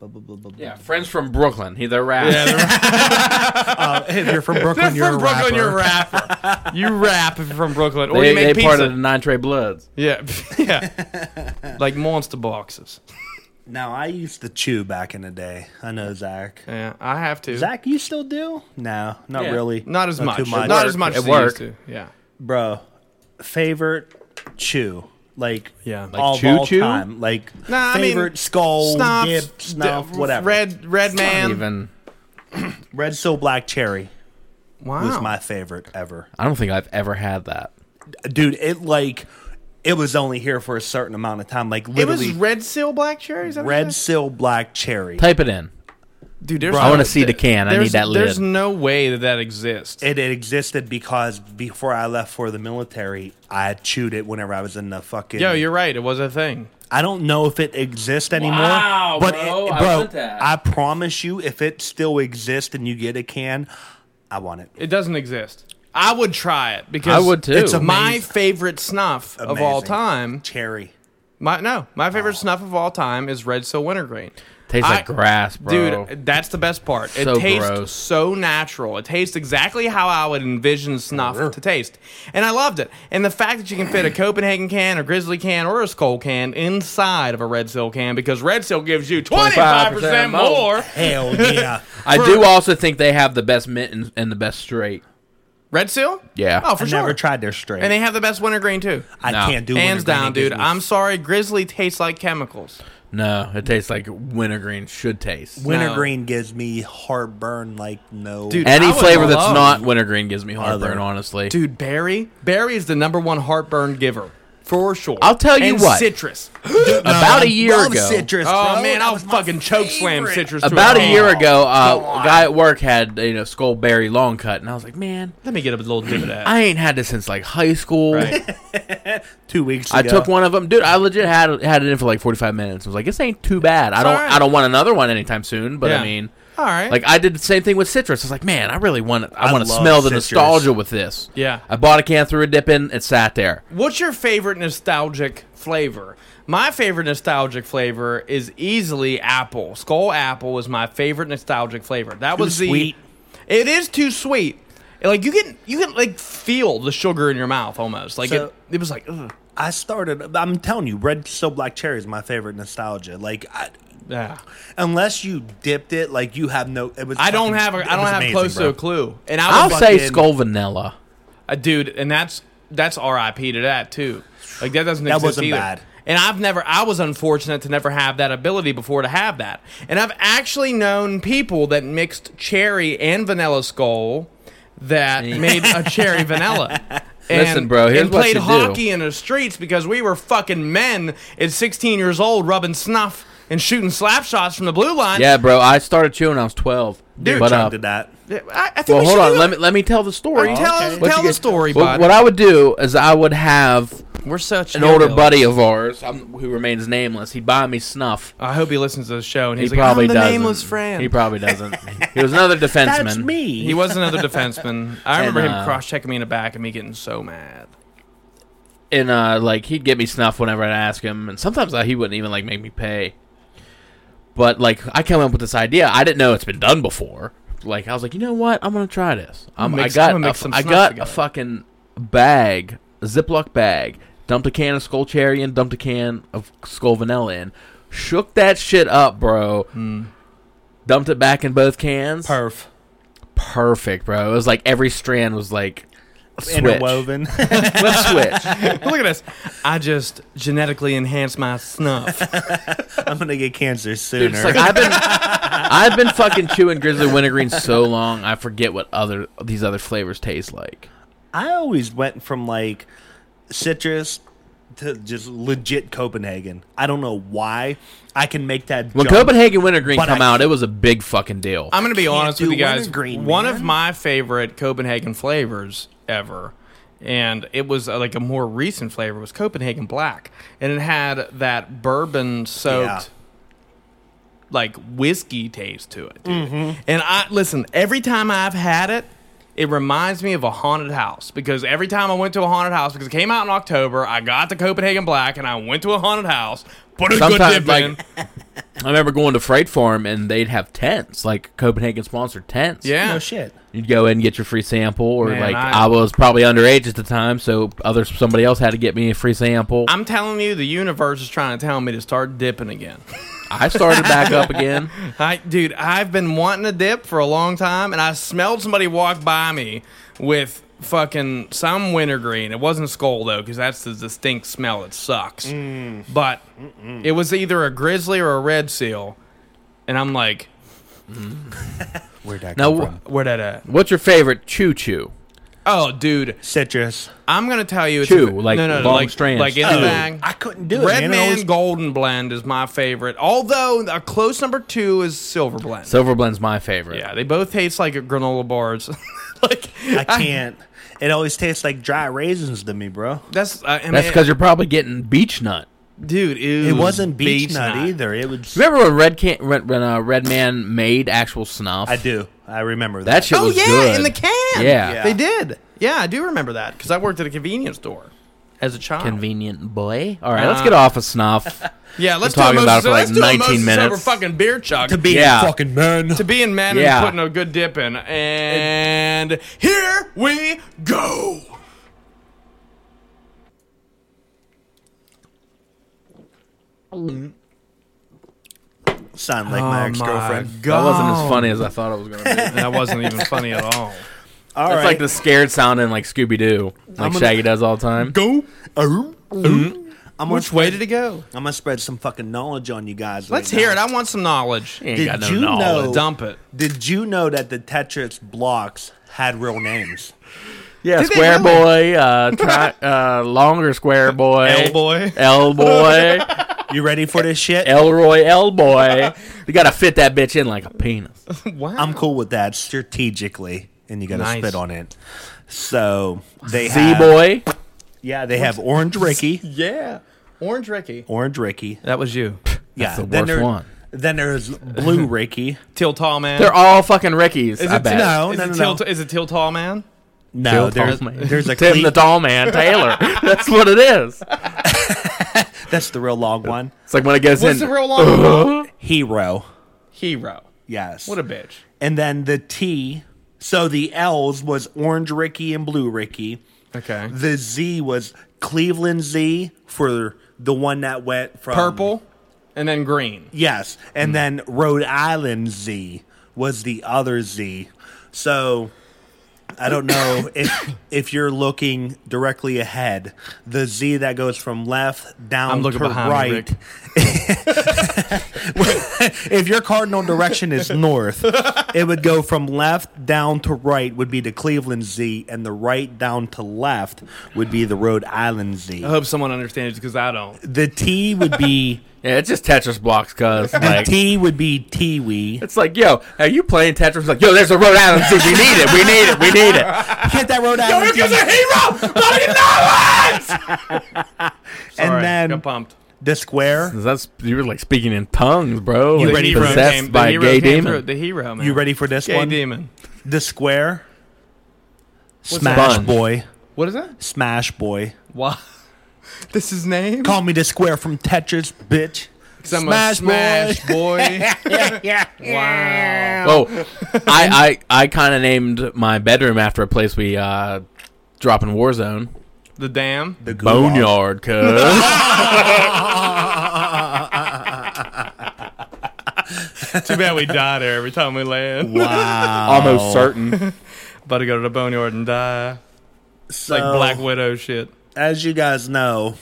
S2: Uh, bu- bu- bu- bu-
S3: Yeah, friends from Brooklyn. He the rapper.
S2: Uh, if you're from Brooklyn,
S1: They're
S2: you're
S1: from
S2: a rapper.
S1: Brooklyn. You're a rapper. you rap if you're from Brooklyn, or
S3: they
S1: you make
S3: they
S1: pizza.
S3: part of the Nine Trey Bloods.
S1: Yeah, yeah, like monster boxes.
S2: Now I used to chew back in the day. I know Zach.
S1: Yeah, I have to.
S2: Zach, you still do? No, not
S1: Yeah.
S2: really.
S1: Not as much.
S2: Too much.
S1: Not as much
S3: At
S1: as I used
S3: work.
S1: to. Yeah.
S2: bro. Favorite chew. Like
S1: Yeah. Like
S2: all, of
S3: chew
S2: all
S3: chew?
S2: time. Like
S1: Nah, I mean,
S2: favorite skull,
S1: Snuff,
S2: dip, Oh, snuff,
S1: d-
S2: whatever.
S1: Red, red man.
S3: Not even.
S2: red so black cherry
S1: Wow.
S2: was my favorite ever.
S3: I don't think I've ever had that.
S2: Dude, it like it was only here for a certain amount of time. Like
S1: it was
S2: literally
S1: red seal black cherries.
S2: red seal black cherry.
S3: Type it in.
S1: dude. There's
S2: Bro,
S3: I want
S1: no-
S3: to see the can. I
S1: there's-
S3: need that lid.
S1: There's no way that that exists.
S2: It, it existed because before I left for the military, I chewed it whenever I was in the fucking.
S1: Yo, you're right. It was a thing.
S2: I don't know if it exists anymore.
S3: Wow,
S2: but
S3: bro,
S2: it-
S3: I
S2: bro,
S3: want that.
S2: I promise you, if it still exists and you get a can, I want it.
S1: It doesn't exist. I would try it because
S3: I would too.
S1: It's my
S2: Amazing.
S1: favorite snuff of all
S2: Amazing.
S1: time.
S2: Cherry.
S1: My no, my favorite snuff of all time is red seal wintergreen.
S3: Tastes like grass, bro.
S1: Dude, that's the best part. It
S3: So
S1: tastes
S3: gross.
S1: so natural. It tastes exactly how I would envision snuff to taste. And I loved it. And the fact that you can fit a Copenhagen can, a Grizzly can, or a Skull can inside of a Red Seal can because Red Seal gives you 25%
S3: 25%
S1: more.
S2: Hell yeah.
S3: I do also think they have the best mint and, and the best straight.
S1: Red Seal?
S3: Yeah.
S1: Oh, for
S2: I
S1: sure.
S2: never tried their straight.
S1: and they have the best wintergreen too.
S2: I
S3: No.
S2: can't do
S1: Hands
S2: wintergreen
S1: down, dude.
S2: business.
S1: I'm sorry. Grizzly tastes like chemicals.
S3: No, it tastes like wintergreen should taste.
S2: Wintergreen gives me heartburn like no.
S1: Dude, I
S3: Any
S1: would
S3: flavor that's
S1: love-
S3: not wintergreen gives me heartburn,
S2: Other.
S3: honestly.
S1: Dude, berry? Berry is the number one heartburn giver. For sure.
S3: I'll tell you
S1: and
S3: what.
S1: Citrus.
S3: about a year
S2: Love
S3: ago.
S2: citrus,
S1: Oh
S2: bro.
S1: man,
S2: That
S1: I'll
S2: was my
S1: fucking choke slam
S2: favorite.
S1: citrus. to
S3: About a
S1: hand.
S3: year ago, uh, a guy at work had you know skullberry long cut, and I was like, man,
S1: Let me get a little dip of that.
S3: I ain't had this since like high school.
S2: Two weeks ago.
S3: I took one of them, dude. I legit had had it in for like forty five minutes. I was like, this ain't too bad. I don't
S1: alright.
S3: I don't want another one anytime soon, but
S1: Yeah.
S3: I mean,
S1: All right.
S3: Like I did the same thing with citrus. I was like, man, I really want I,
S2: I
S3: want to
S2: love
S3: smell the
S2: citrus.
S3: nostalgia with this.
S1: Yeah.
S3: I bought a can, threw a dip in, it sat there.
S1: What's your favorite nostalgic flavor? My favorite nostalgic flavor is easily apple. Skull apple was my favorite nostalgic flavor. That was the
S2: sweet.
S1: It is too sweet. Like you can you can like feel the sugar in your mouth almost. Like
S2: So-
S1: it, it was like ugh.
S2: I started. I'm telling you, red so black cherry is my favorite nostalgia. Like, I,
S1: yeah.
S2: unless you dipped it, like you have no. It was.
S1: I don't
S2: fucking-
S1: have a,
S2: it
S1: I don't
S2: was
S1: have
S2: amazing,
S1: close to
S2: bro.
S1: a clue. And I
S3: I'll
S1: would
S3: say
S1: fucking-
S3: skull vanilla.
S1: Uh, dude, and that's that's R.I.P. to that too. Like that doesn't
S2: That
S1: exist
S2: wasn't
S1: either.
S2: bad.
S1: And I've never, I was unfortunate to never have that ability before to have that. And I've actually known people that mixed cherry and vanilla skull that made a cherry vanilla. And,
S3: Listen, bro, here's
S1: and
S3: what
S1: played
S3: you do.
S1: hockey in the streets because we were fucking men at 16 years old, rubbing snuff and shooting slap shots from the blue line.
S3: Yeah, bro. I started chewing when I was twelve.
S1: Dude,
S3: but,
S2: Chuck
S3: uh,
S2: did that.
S1: I, I think
S3: well,
S1: we
S3: hold
S1: should
S3: on.
S1: do
S3: Let
S1: it.
S3: me let me tell the story.
S1: tell us-
S3: What
S1: tell
S3: you
S1: the
S3: get-
S1: story,
S3: Well,
S1: bud.
S3: What I would do is I would have
S1: We're such
S3: an older
S1: hillbillies.
S3: buddy of ours um, who remains nameless. He'd buy me snuff.
S1: I hope he listens to the show and
S3: He
S1: he's like,
S3: probably
S1: I'm the
S3: doesn't.
S1: nameless friend.
S3: He probably doesn't. he was another defenseman.
S2: That's me.
S1: He was another defenseman. I remember him
S3: uh,
S1: cross checking me in the back and me getting so mad.
S3: and uh, like he'd get me snuff whenever I'd ask him, and sometimes uh, he wouldn't even like make me pay. But like I came up with this idea, I didn't know it's been done before. Like I was like, you know what, I'm gonna try this. Um,
S1: Mix-
S3: I got
S1: I'm gonna
S3: a-
S1: mix some
S3: I
S1: snuff
S3: got
S1: together.
S3: a fucking bag, a Ziploc bag, dumped a can of Skull Cherry in, dumped a can of Skull Vanilla in, shook that shit up, bro.
S1: Hmm.
S3: Dumped it back in both cans.
S2: perf
S3: Perfect, bro. It was like every strand was like a switch.
S2: interwoven.
S3: Let's switch.
S1: Look at this. I just genetically enhanced my snuff.
S2: I'm gonna get cancer
S3: Dude,
S2: sooner.
S3: it's like I've been I've been fucking chewing grizzly wintergreen so long I forget what other these other flavors taste like.
S2: I always went from like citrus to just legit Copenhagen. I don't know why. I can make that.
S3: When
S2: jump.
S3: Copenhagen wintergreen
S2: But
S3: come
S2: I-
S3: out, it was a big fucking deal.
S1: I'm going to be
S2: Can't
S1: honest with
S2: do
S1: you guys.
S2: wintergreen,
S1: One
S2: man.
S1: of my favorite Copenhagen flavors ever, and it was uh, like a more recent flavor, was Copenhagen Black. And it had that bourbon soaked.
S2: Yeah.
S1: Like whiskey taste to it, dude. And I listen every time I've had it, it reminds me of a haunted house because every time I went to a haunted house, because it came out in October, I got the Copenhagen Black and I went to a haunted house, put a good
S3: Sometimes,
S1: dip
S3: like-
S1: in,
S3: I remember going to Freight Farm and they'd have tents, like Copenhagen sponsored tents.
S1: Yeah.
S2: No shit.
S3: You'd go in and get your free sample, or
S1: Man,
S3: like
S1: I-
S3: I, was probably underage at the time, so other somebody else had to get me a free sample. i
S1: I'm telling you, the universe is trying to tell me to start dipping again.
S3: started back up again.
S1: I, dude, I've been wanting a dip for a long time, and I smelled somebody walk by me with fucking some wintergreen. It wasn't skull though, because that's the distinct smell. It sucks.
S2: Mm.
S1: But it was either a grizzly or a red seal, and I'm like,
S2: Where'd that
S3: Now,
S2: come
S3: wh-
S2: from?
S1: where that at?
S3: what's your favorite choo choo?
S1: Oh, dude,
S2: Citrus.
S1: I'm gonna tell you, it's
S3: Chew, like long
S1: like,
S3: strands.
S1: like in the
S2: Oh,
S1: bag.
S2: I couldn't do it.
S1: Red
S2: man.
S1: Man
S2: I always-
S1: Golden Blend is my favorite. Although a close number two is Silver Blend.
S3: Silver Blend's my favorite.
S1: yeah, they both taste like granola bars. like
S2: I can't. It always tastes like dry raisins to me, bro.
S1: that's I, I
S3: that's
S1: mean,
S3: because you're probably getting beech nut.
S1: dude.
S2: It wasn't beach, nut, either. It was.
S3: Remember when Red Can- when, when uh, Red Man made actual snuff?
S2: I do. I remember that.
S3: That shit
S1: Oh
S3: was
S1: yeah,
S3: good.
S1: in the can.
S3: Yeah.
S2: Yeah.
S1: they did. Yeah, I do remember that because I worked at a convenience store as a child.
S3: Convenient boy. All right, let's
S1: Uh,
S3: get off of snuff.
S1: yeah, let's
S3: We're
S1: do
S3: talking
S1: a
S3: about
S1: Moses,
S3: it for, like,
S1: let's do a
S3: 19
S1: Moses
S3: minutes.
S1: over fucking beer chug. To,
S2: be
S3: Yeah.
S2: fucking man.
S1: being men
S3: Yeah.
S1: and putting a good dip in, and here we go.
S2: Sound like
S3: Oh
S2: my ex girlfriend.
S3: That wasn't as funny as I thought it was going to be.
S1: That wasn't even funny at all.
S2: All
S3: It's
S2: right.
S3: like the scared sound in like Scooby Doo, like Shaggy does all the time.
S1: Go.
S2: Ooh. I'm gonna
S1: Which way
S2: spread,
S1: did it go?
S2: I'm gonna spread some fucking knowledge on you guys.
S1: Let's
S2: right
S1: hear
S2: now.
S1: it. I want some knowledge.
S3: Ain't
S2: Did
S3: got no
S2: you
S3: knowledge.
S2: know-
S1: Dump it.
S2: Did you know that the Tetris blocks had real names?
S3: Yeah,
S1: Did they
S3: Square
S1: really?
S3: Boy, uh, tri- uh, longer Square Boy,
S1: L boy.
S3: L Boy,
S2: You ready for this shit?
S3: Elroy L Boy. You gotta fit that bitch in like a penis.
S1: Wow.
S2: I'm cool with that strategically, and you gotta
S1: Nice.
S2: spit on it. So they
S3: Z
S2: have,
S3: Boy,
S2: yeah, they have Orange Ricky,
S1: yeah. Orange Ricky.
S2: Orange Ricky.
S1: That was you.
S2: Yeah,
S3: the
S2: then
S3: worst
S2: there-
S3: one.
S2: Then there's Blue Ricky.
S1: Till Tall Man.
S3: they're all fucking Rickies. I bet.
S2: no,
S1: is,
S2: no,
S1: it
S2: no,
S1: Till,
S2: no.
S1: is it Till Tall Man?
S2: No,
S3: Bill
S2: Oh, there's,
S3: Tallman.
S2: there's a
S3: Tim
S2: Cle-
S3: the Tall Man Taylor. That's what it is.
S2: that's the real long one.
S3: It's like when it goes
S1: What's
S3: in.
S1: the real long
S2: Hero.
S1: Hero.
S2: Yes.
S1: What a bitch.
S2: and then the T. So the L's was Orange Ricky and Blue Ricky.
S1: Okay.
S2: The Z was Cleveland Z for the one that went from
S1: Purple and then green.
S2: Yes,
S1: Hmm.
S2: and then Rhode Island Z was the other Z. So I don't know if if you're looking directly ahead, the Z that goes from left down
S1: I'm looking
S2: to
S1: behind me,
S2: right.
S1: Rick.
S2: if your cardinal direction is north, it would go from left down to right would be the Cleveland Z, and the right down to left would be the Rhode Island Z.
S1: I hope someone understands because I don't.
S2: The T would be
S3: Yeah, it's just Tetris blocks, cuz.
S2: the
S3: Like,
S2: T would be Tiwi.
S3: it's like, yo, are you playing Tetris? Like, yo, there's a Rhode Island dude. We need it. We need it. We need it.
S2: Get that Rhode Island Z.
S3: hero. Fucking Netherlands!
S2: and
S1: Sorry,
S2: then
S1: got pumped.
S2: the square.
S3: That's you were like speaking in tongues, bro.
S2: You
S3: Like,
S2: ready for
S3: possessed
S1: came-
S3: by a
S1: hero
S3: gay
S1: came
S3: demon?
S1: through. The hero, man.
S2: You ready for this
S1: Gay
S2: one?
S1: demon.
S2: The square. Smash
S3: that?
S2: boy.
S1: What is that?
S2: Smash boy.
S1: Why? This is name?
S2: Call me the square from Tetris, bitch.
S1: 'Cause I'm a smash boy. wow.
S3: Oh, I I, I kind of named my bedroom after a place we uh, drop in Warzone.
S1: The dam.
S2: The gulag.
S3: Boneyard, cuz.
S1: Too bad we die there every time we land.
S2: Wow.
S3: Almost certain.
S1: About to go to the boneyard and die. It's like
S2: So,
S1: Black Widow shit.
S2: As you guys know,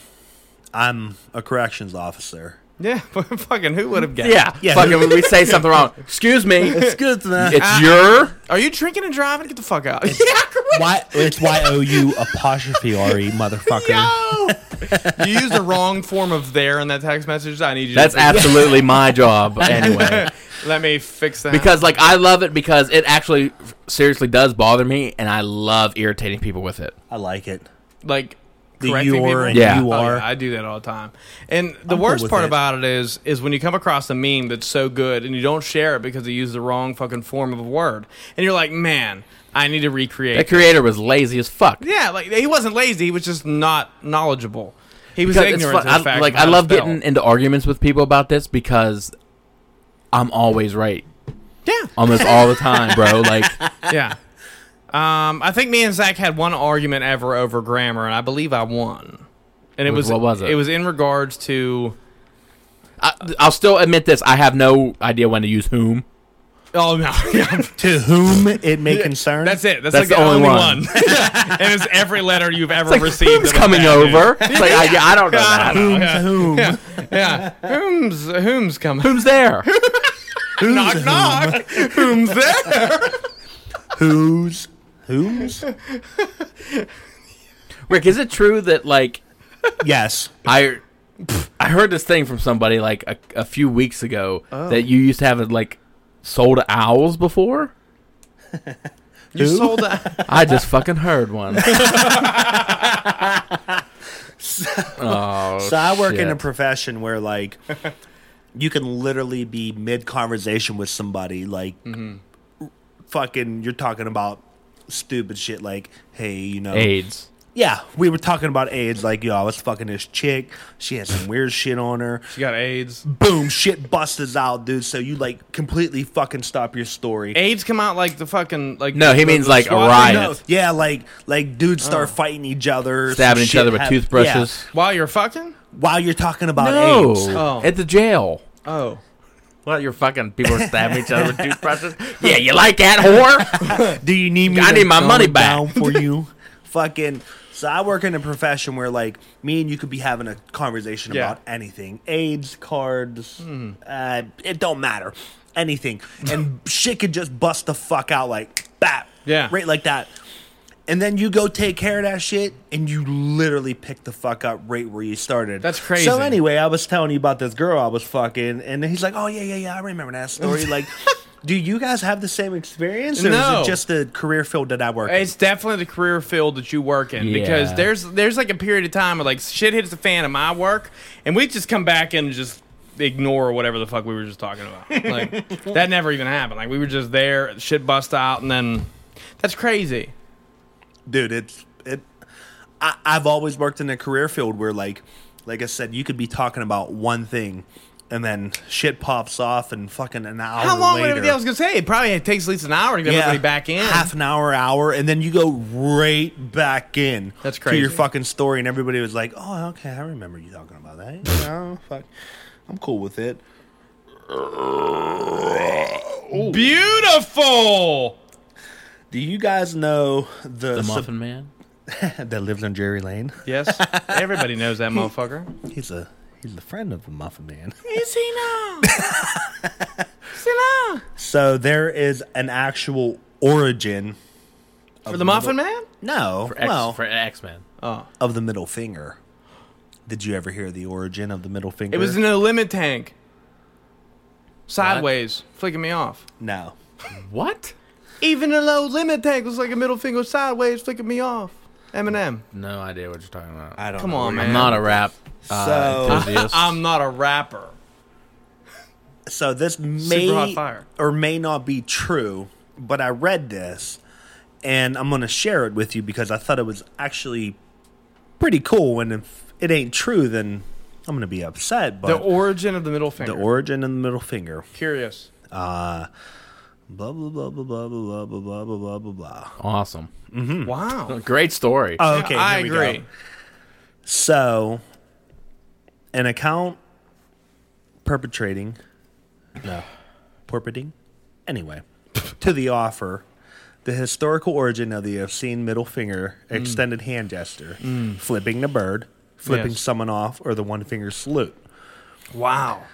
S2: I'm a corrections officer.
S1: Yeah, but fucking who would have guessed?
S3: Yeah,
S2: Yeah.
S3: Fucking, when we say something wrong. Excuse me.
S2: Good
S3: It's your
S1: Are you drinking and driving? Get the fuck out. yeah,
S2: Y- it's Y O U apostrophe R E, motherfucker.
S1: correct. you used the wrong form of there in that text message. I need you
S3: That's
S1: to
S3: absolutely my job anyway.
S1: let me fix that.
S3: Because like I love it because it actually seriously does bother me and I love irritating people with it.
S2: I like it.
S1: like
S2: The
S1: correcting
S2: you
S1: people.
S2: are and
S3: Yeah.
S2: you
S1: Oh,
S2: are.
S1: yeah, I do that all the time. And the
S2: I'm cool
S1: worst
S2: with
S1: part
S2: it.
S1: about it is is when you come across a meme that's so good and you don't share it because they use the wrong fucking form of a word. And you're like, "Man, I need to recreate."
S3: The creator was lazy as fuck.
S1: Yeah, like he wasn't lazy. He was just not knowledgeable. He was
S3: Because it's
S1: ignorant.
S3: fun-
S1: to the
S3: I,
S1: fact
S3: like
S1: of how
S3: I
S1: to
S3: love
S1: spell.
S3: getting into arguments with people about this because I'm always right,
S1: Yeah.
S3: almost all the time, bro. Like,
S1: yeah. Um, I think me and Zach had one argument ever over grammar, and I believe I won. And it
S3: With-
S1: was
S3: what was it?
S1: It was in regards to.
S3: I, I'll still admit this: I have no idea when to use whom.
S1: Oh no!
S2: To whom it may concern.
S1: That's it. That's, like the, only, one. and it's every letter you've ever
S3: Like,
S1: received. that was
S3: whom's coming
S1: that, dude.
S3: over? It's like, I, I don't know.
S1: I
S3: That.
S1: don't know.
S2: To
S1: Yeah.
S2: whom?
S1: Yeah. Whom's whom's coming?
S3: Whom's there?
S1: knock knock. Whom's there?
S2: Who's? Who's?
S3: Rick, is it true that like
S2: Yes.
S3: I pff, I heard this thing from somebody like a, a few weeks ago
S2: Oh.
S3: that you used to have like sold owls before?
S1: You sold out.
S3: I just fucking heard one.
S2: So I work in a
S3: Oh, shit.
S2: profession where like you can literally be mid conversation with somebody like
S3: Mm-hmm.
S2: fucking you're talking about stupid shit like hey you know
S3: AIDS.
S2: yeah we were talking about AIDS like yo I was fucking this chick she had some weird shit on her
S1: You got AIDS.
S2: boom shit busts out dude so you like completely fucking stop your story
S1: AIDS come out like the fucking like.
S3: No, he
S1: the-
S3: means
S1: the
S3: like a
S1: swat-
S3: riot.
S1: No,
S2: yeah like like dudes start fighting each other some
S3: Oh. Stabbing each
S2: shit
S3: other with
S2: hap-
S3: toothbrushes.
S1: While you're fucking.
S2: yeah, while you're talking about
S3: No,
S2: AIDS
S1: Oh.
S3: at the jail.
S1: Oh.
S3: Well, you're fucking people are stabbing each other with toothbrushes. Yeah, you like that whore?
S2: Do you need me?
S3: I
S2: to
S3: need my
S2: dumb
S3: money
S2: it
S3: back.
S2: down for you. Fucking. So I work in a profession where like me and you could be having a conversation
S1: Yeah. Mm-hmm.
S2: about anything, AIDS cards, uh, it don't matter, anything, and shit could just bust the fuck out like bap,
S1: Yeah.
S2: right like that. And then you go take care of that shit, and you literally pick the fuck up right where you started.
S1: That's crazy.
S2: So anyway, I was telling you about this girl I was fucking, and then he's like, "Oh yeah, yeah, yeah, I remember that story." Like, do you guys have the same experience, or
S1: No.
S2: is it just the career field that I work? in?
S1: It's definitely the career field that you work in because
S3: Yeah.
S1: there's there's like a period of time where like shit hits the fan in my work, and we just come back and just ignore whatever the fuck we were just talking about. Like that never even happened. Like we were just there, shit bust out, and then that's crazy.
S2: Dude, it's it. I, I've always worked in a career field where, like, like I said, you could be talking about one thing, and then shit pops off, and fucking an hour.
S1: How long
S2: later,
S1: would everybody else gonna say? It probably takes at least an hour to get everybody back in.
S2: Half an hour, hour, and then you go right back in.
S1: That's
S2: To your
S1: crazy.
S2: fucking story, and everybody was like, "Oh, okay, I remember you talking about that." You know, fuck, I'm cool with it.
S1: Beautiful.
S2: Do you guys know the
S3: the
S2: sub-
S3: Muffin Man.
S2: that lives on Jerry Lane?
S1: Yes, everybody knows that motherfucker.
S2: He's a he's a friend of the Muffin Man.
S1: Is he now? Is he now?
S2: So there is an actual origin.
S1: For the Muffin Man?
S2: No,
S3: X,
S2: well,
S3: for X Men.
S2: of the middle finger. Did you ever hear the origin of the middle finger?
S1: It was an no limit tank. Sideways, flicking me off.
S2: no.
S3: What?
S1: Even a low limit tank was like a middle finger sideways, flicking me off. Eminem.
S3: No idea what you're talking about.
S2: I don't.
S1: Come
S2: know.
S1: on, man.
S3: I'm not a rap
S2: So-
S3: uh, enthusiast.
S1: I'm not a rapper.
S2: So this
S1: hot
S2: may
S1: fire.
S2: or may not be true, but I read this, and I'm going to share it with you because I thought it was actually pretty cool. And if it ain't true, then I'm going to be upset.
S1: The
S2: But
S1: origin of the middle
S2: the
S1: finger.
S2: origin and the middle finger.
S1: Curious.
S2: Blah blah blah blah blah blah blah blah blah blah blah blah.
S3: awesome.
S2: Hmm.
S1: Wow.
S3: Great story.
S2: Oh, okay,
S1: I
S2: here we go.
S1: agree.
S2: So, an account perpetrating, no, perpetrating, anyway, to the offer, the historical origin of the obscene middle finger
S1: Mm.
S2: extended hand gesture, flipping the bird, flipping
S1: Yes.
S2: someone off, or the one finger salute.
S1: Wow.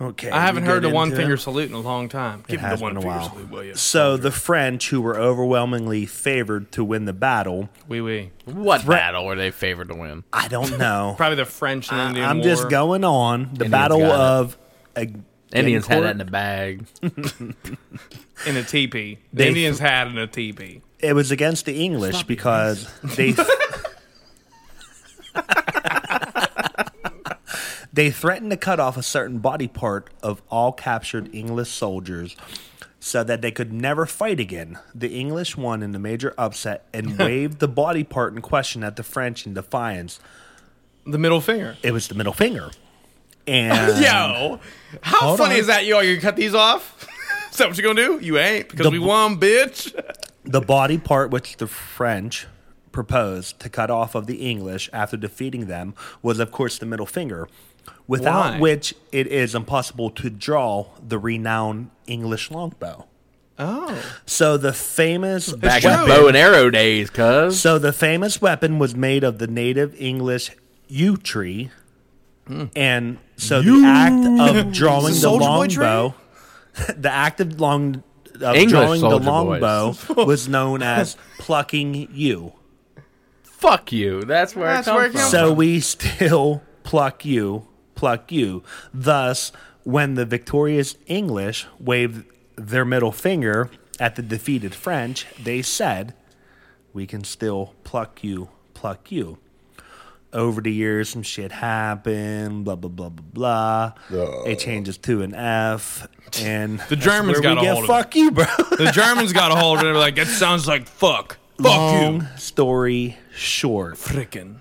S2: Okay,
S1: I haven't
S2: you
S1: heard
S2: get
S1: the one
S2: into it?
S1: finger salute in a long time. Give me
S2: has
S1: the one
S2: been a
S1: finger
S2: while.
S1: salute, will you?
S2: So the French, who were overwhelmingly favored to win the battle,
S1: Wee wee.
S3: what battle were they favored to win?
S2: I don't know.
S1: Probably the French and Indian
S2: Uh, I'm
S1: War.
S2: just going on the battle
S3: got it.
S2: of. Ag-
S3: Indians had that
S2: Agincourt.
S3: in the bag.
S1: in a teepee. The
S2: They-
S1: Indians had in a teepee.
S2: it was against the English because they they threatened to cut off a certain body part of all captured English soldiers so that they could never fight again. The English won in the major upset and waved the body part in question at the French in defiance.
S1: The middle finger.
S2: It was the middle finger. And
S1: Yo, how
S2: Hold
S1: funny
S2: on.
S1: is that? Yo, you cut these off? is that what you gonna do? You ain't because
S2: The-
S1: we won, bitch.
S2: the body part which the French proposed to cut off of the English after defeating them was, of course, the middle finger, without
S1: Why?
S2: which it is impossible to draw the renowned English longbow.
S1: Oh,
S2: So the famous
S3: Back
S1: true.
S3: in bow and arrow days, cuz.
S2: So the famous weapon was made of the native English yew tree, and so the act of drawing the
S1: Soulja Boy tree?
S2: longbow, the act of long of
S3: English
S2: drawing the
S3: Soulja Boys.
S2: longbow was known as plucking yew.
S3: Fuck you. That's where
S1: That's
S3: it comes
S1: where it
S3: from.
S1: comes
S2: So we still pluck you, pluck you. Thus, when the victorious English waved their middle finger at the defeated French, they said, We can still pluck you, pluck you. Over the years, some shit happened, blah, blah, blah, blah, blah. It changes to an F. And
S1: The Germans
S2: that's where we
S1: got a
S2: get
S1: hold of it.
S2: Fuck you, bro.
S1: the Germans got a hold of it. They're like, that sounds like fuck. Fuck
S2: Long
S1: you,
S2: story short.
S1: frickin'.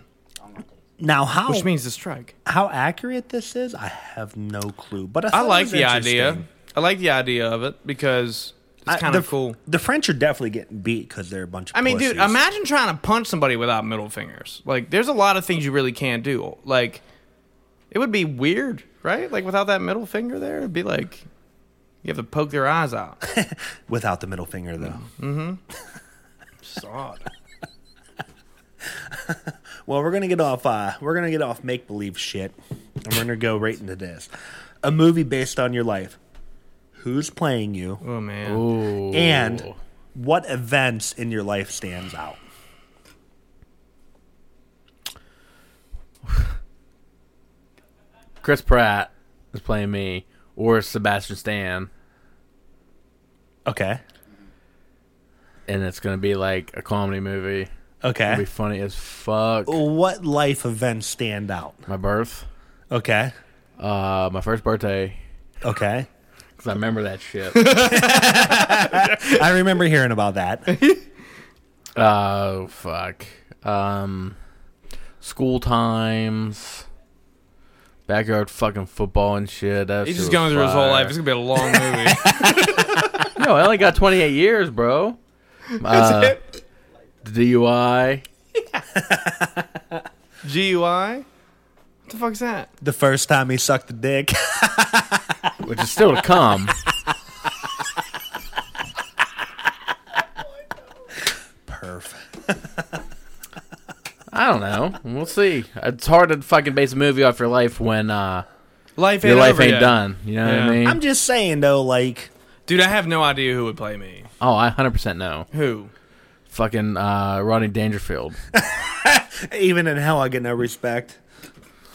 S2: Now, how
S1: Which means to strike.
S2: How accurate this is, I have no clue. But I,
S1: I
S2: thought it
S1: like
S2: was
S1: the idea.
S2: interesting.
S1: I like the idea of it because it's
S2: I-
S1: kind of
S2: the-
S1: cool.
S2: The French are definitely getting beat because they're a bunch of.
S1: I mean, dude,
S2: pussies.
S1: imagine trying to punch somebody without middle fingers. Like, there's a lot of things you really can't do. Like, it would be weird, right? Like, without that middle finger there, it'd be like you have to poke their eyes out.
S2: without the middle finger though.
S1: It's odd.
S2: Well, we're gonna get off. Uh, we're gonna get off make believe shit, and we're gonna go right into this. A movie based on your life. Who's playing you,
S1: Oh man.
S2: and what events in your life stands out?
S3: Chris Pratt is playing me, or Sebastian Stan,
S2: Okay.
S3: and it's gonna be like a comedy movie. It'll be
S2: Okay.
S3: funny as fuck.
S2: What life events stand out?
S3: My birth,
S2: Okay.
S3: uh, my first birthday,
S2: Okay.
S3: because I remember that shit.
S2: I remember hearing about that.
S3: Oh fuck. Um, school times, backyard fucking football and shit. That
S1: He's
S3: shit
S1: just
S3: was
S1: going through his whole
S3: fire.
S1: life. It's gonna be a long movie.
S3: No, I only got 28 years, bro. Uh, the DUI.
S1: GUI. What the fuck's that?
S2: The first time he sucked a dick.
S3: which is still to come.
S2: Perf.
S3: I don't know. We'll see. It's hard to fucking base a movie off your life when uh,
S1: Life ain't
S3: your life
S1: over
S3: ain't
S1: yet.
S3: done. You know
S1: Yeah.
S3: what I mean?
S2: I'm just saying though, like
S1: Dude, I have no idea who would play me.
S3: oh, I 100% know.
S1: Who?
S3: Fucking uh, Rodney Dangerfield.
S2: even in hell, I get no respect.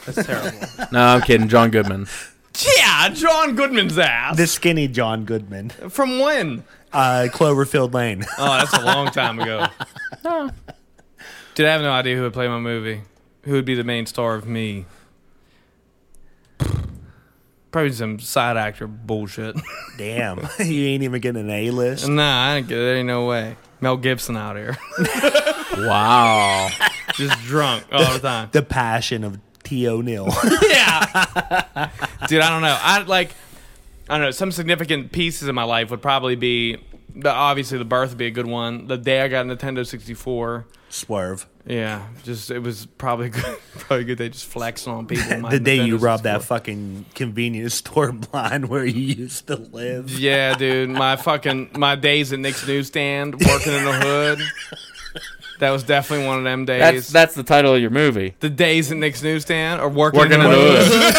S1: That's terrible.
S3: No, I'm kidding. John Goodman.
S1: yeah, John Goodman's ass.
S2: The skinny John Goodman,
S1: From when?
S2: uh, Cloverfield Lane.
S1: Oh, that's a long time ago. Dude, I have no idea who would play my movie. Who would be the main star of me? Probably some side actor bullshit.
S2: Damn, you ain't even getting an A list.
S1: nah, I don't get it. There ain't no way. Mel Gibson out here.
S3: Wow.
S1: Just drunk all the time.
S2: The passion of T. O'Neill.
S1: yeah. Dude, I don't know. I like I don't know, some significant pieces in my life would probably be the, obviously the birth would be a good one. The day I got a Nintendo 64.
S2: Swerve.
S1: Yeah, just it was probably a good, probably a good day just flexing on people. my
S2: The day you
S1: Nintendo
S2: robbed that
S1: 64.
S2: fucking convenience store blind where you used to live.
S1: Yeah, dude, my fucking my days at Nick's newsstand working in the hood. That was definitely one of them days.
S3: That's that's the title of your movie.
S1: the days at Nick's newsstand or working,
S3: Working in the hood.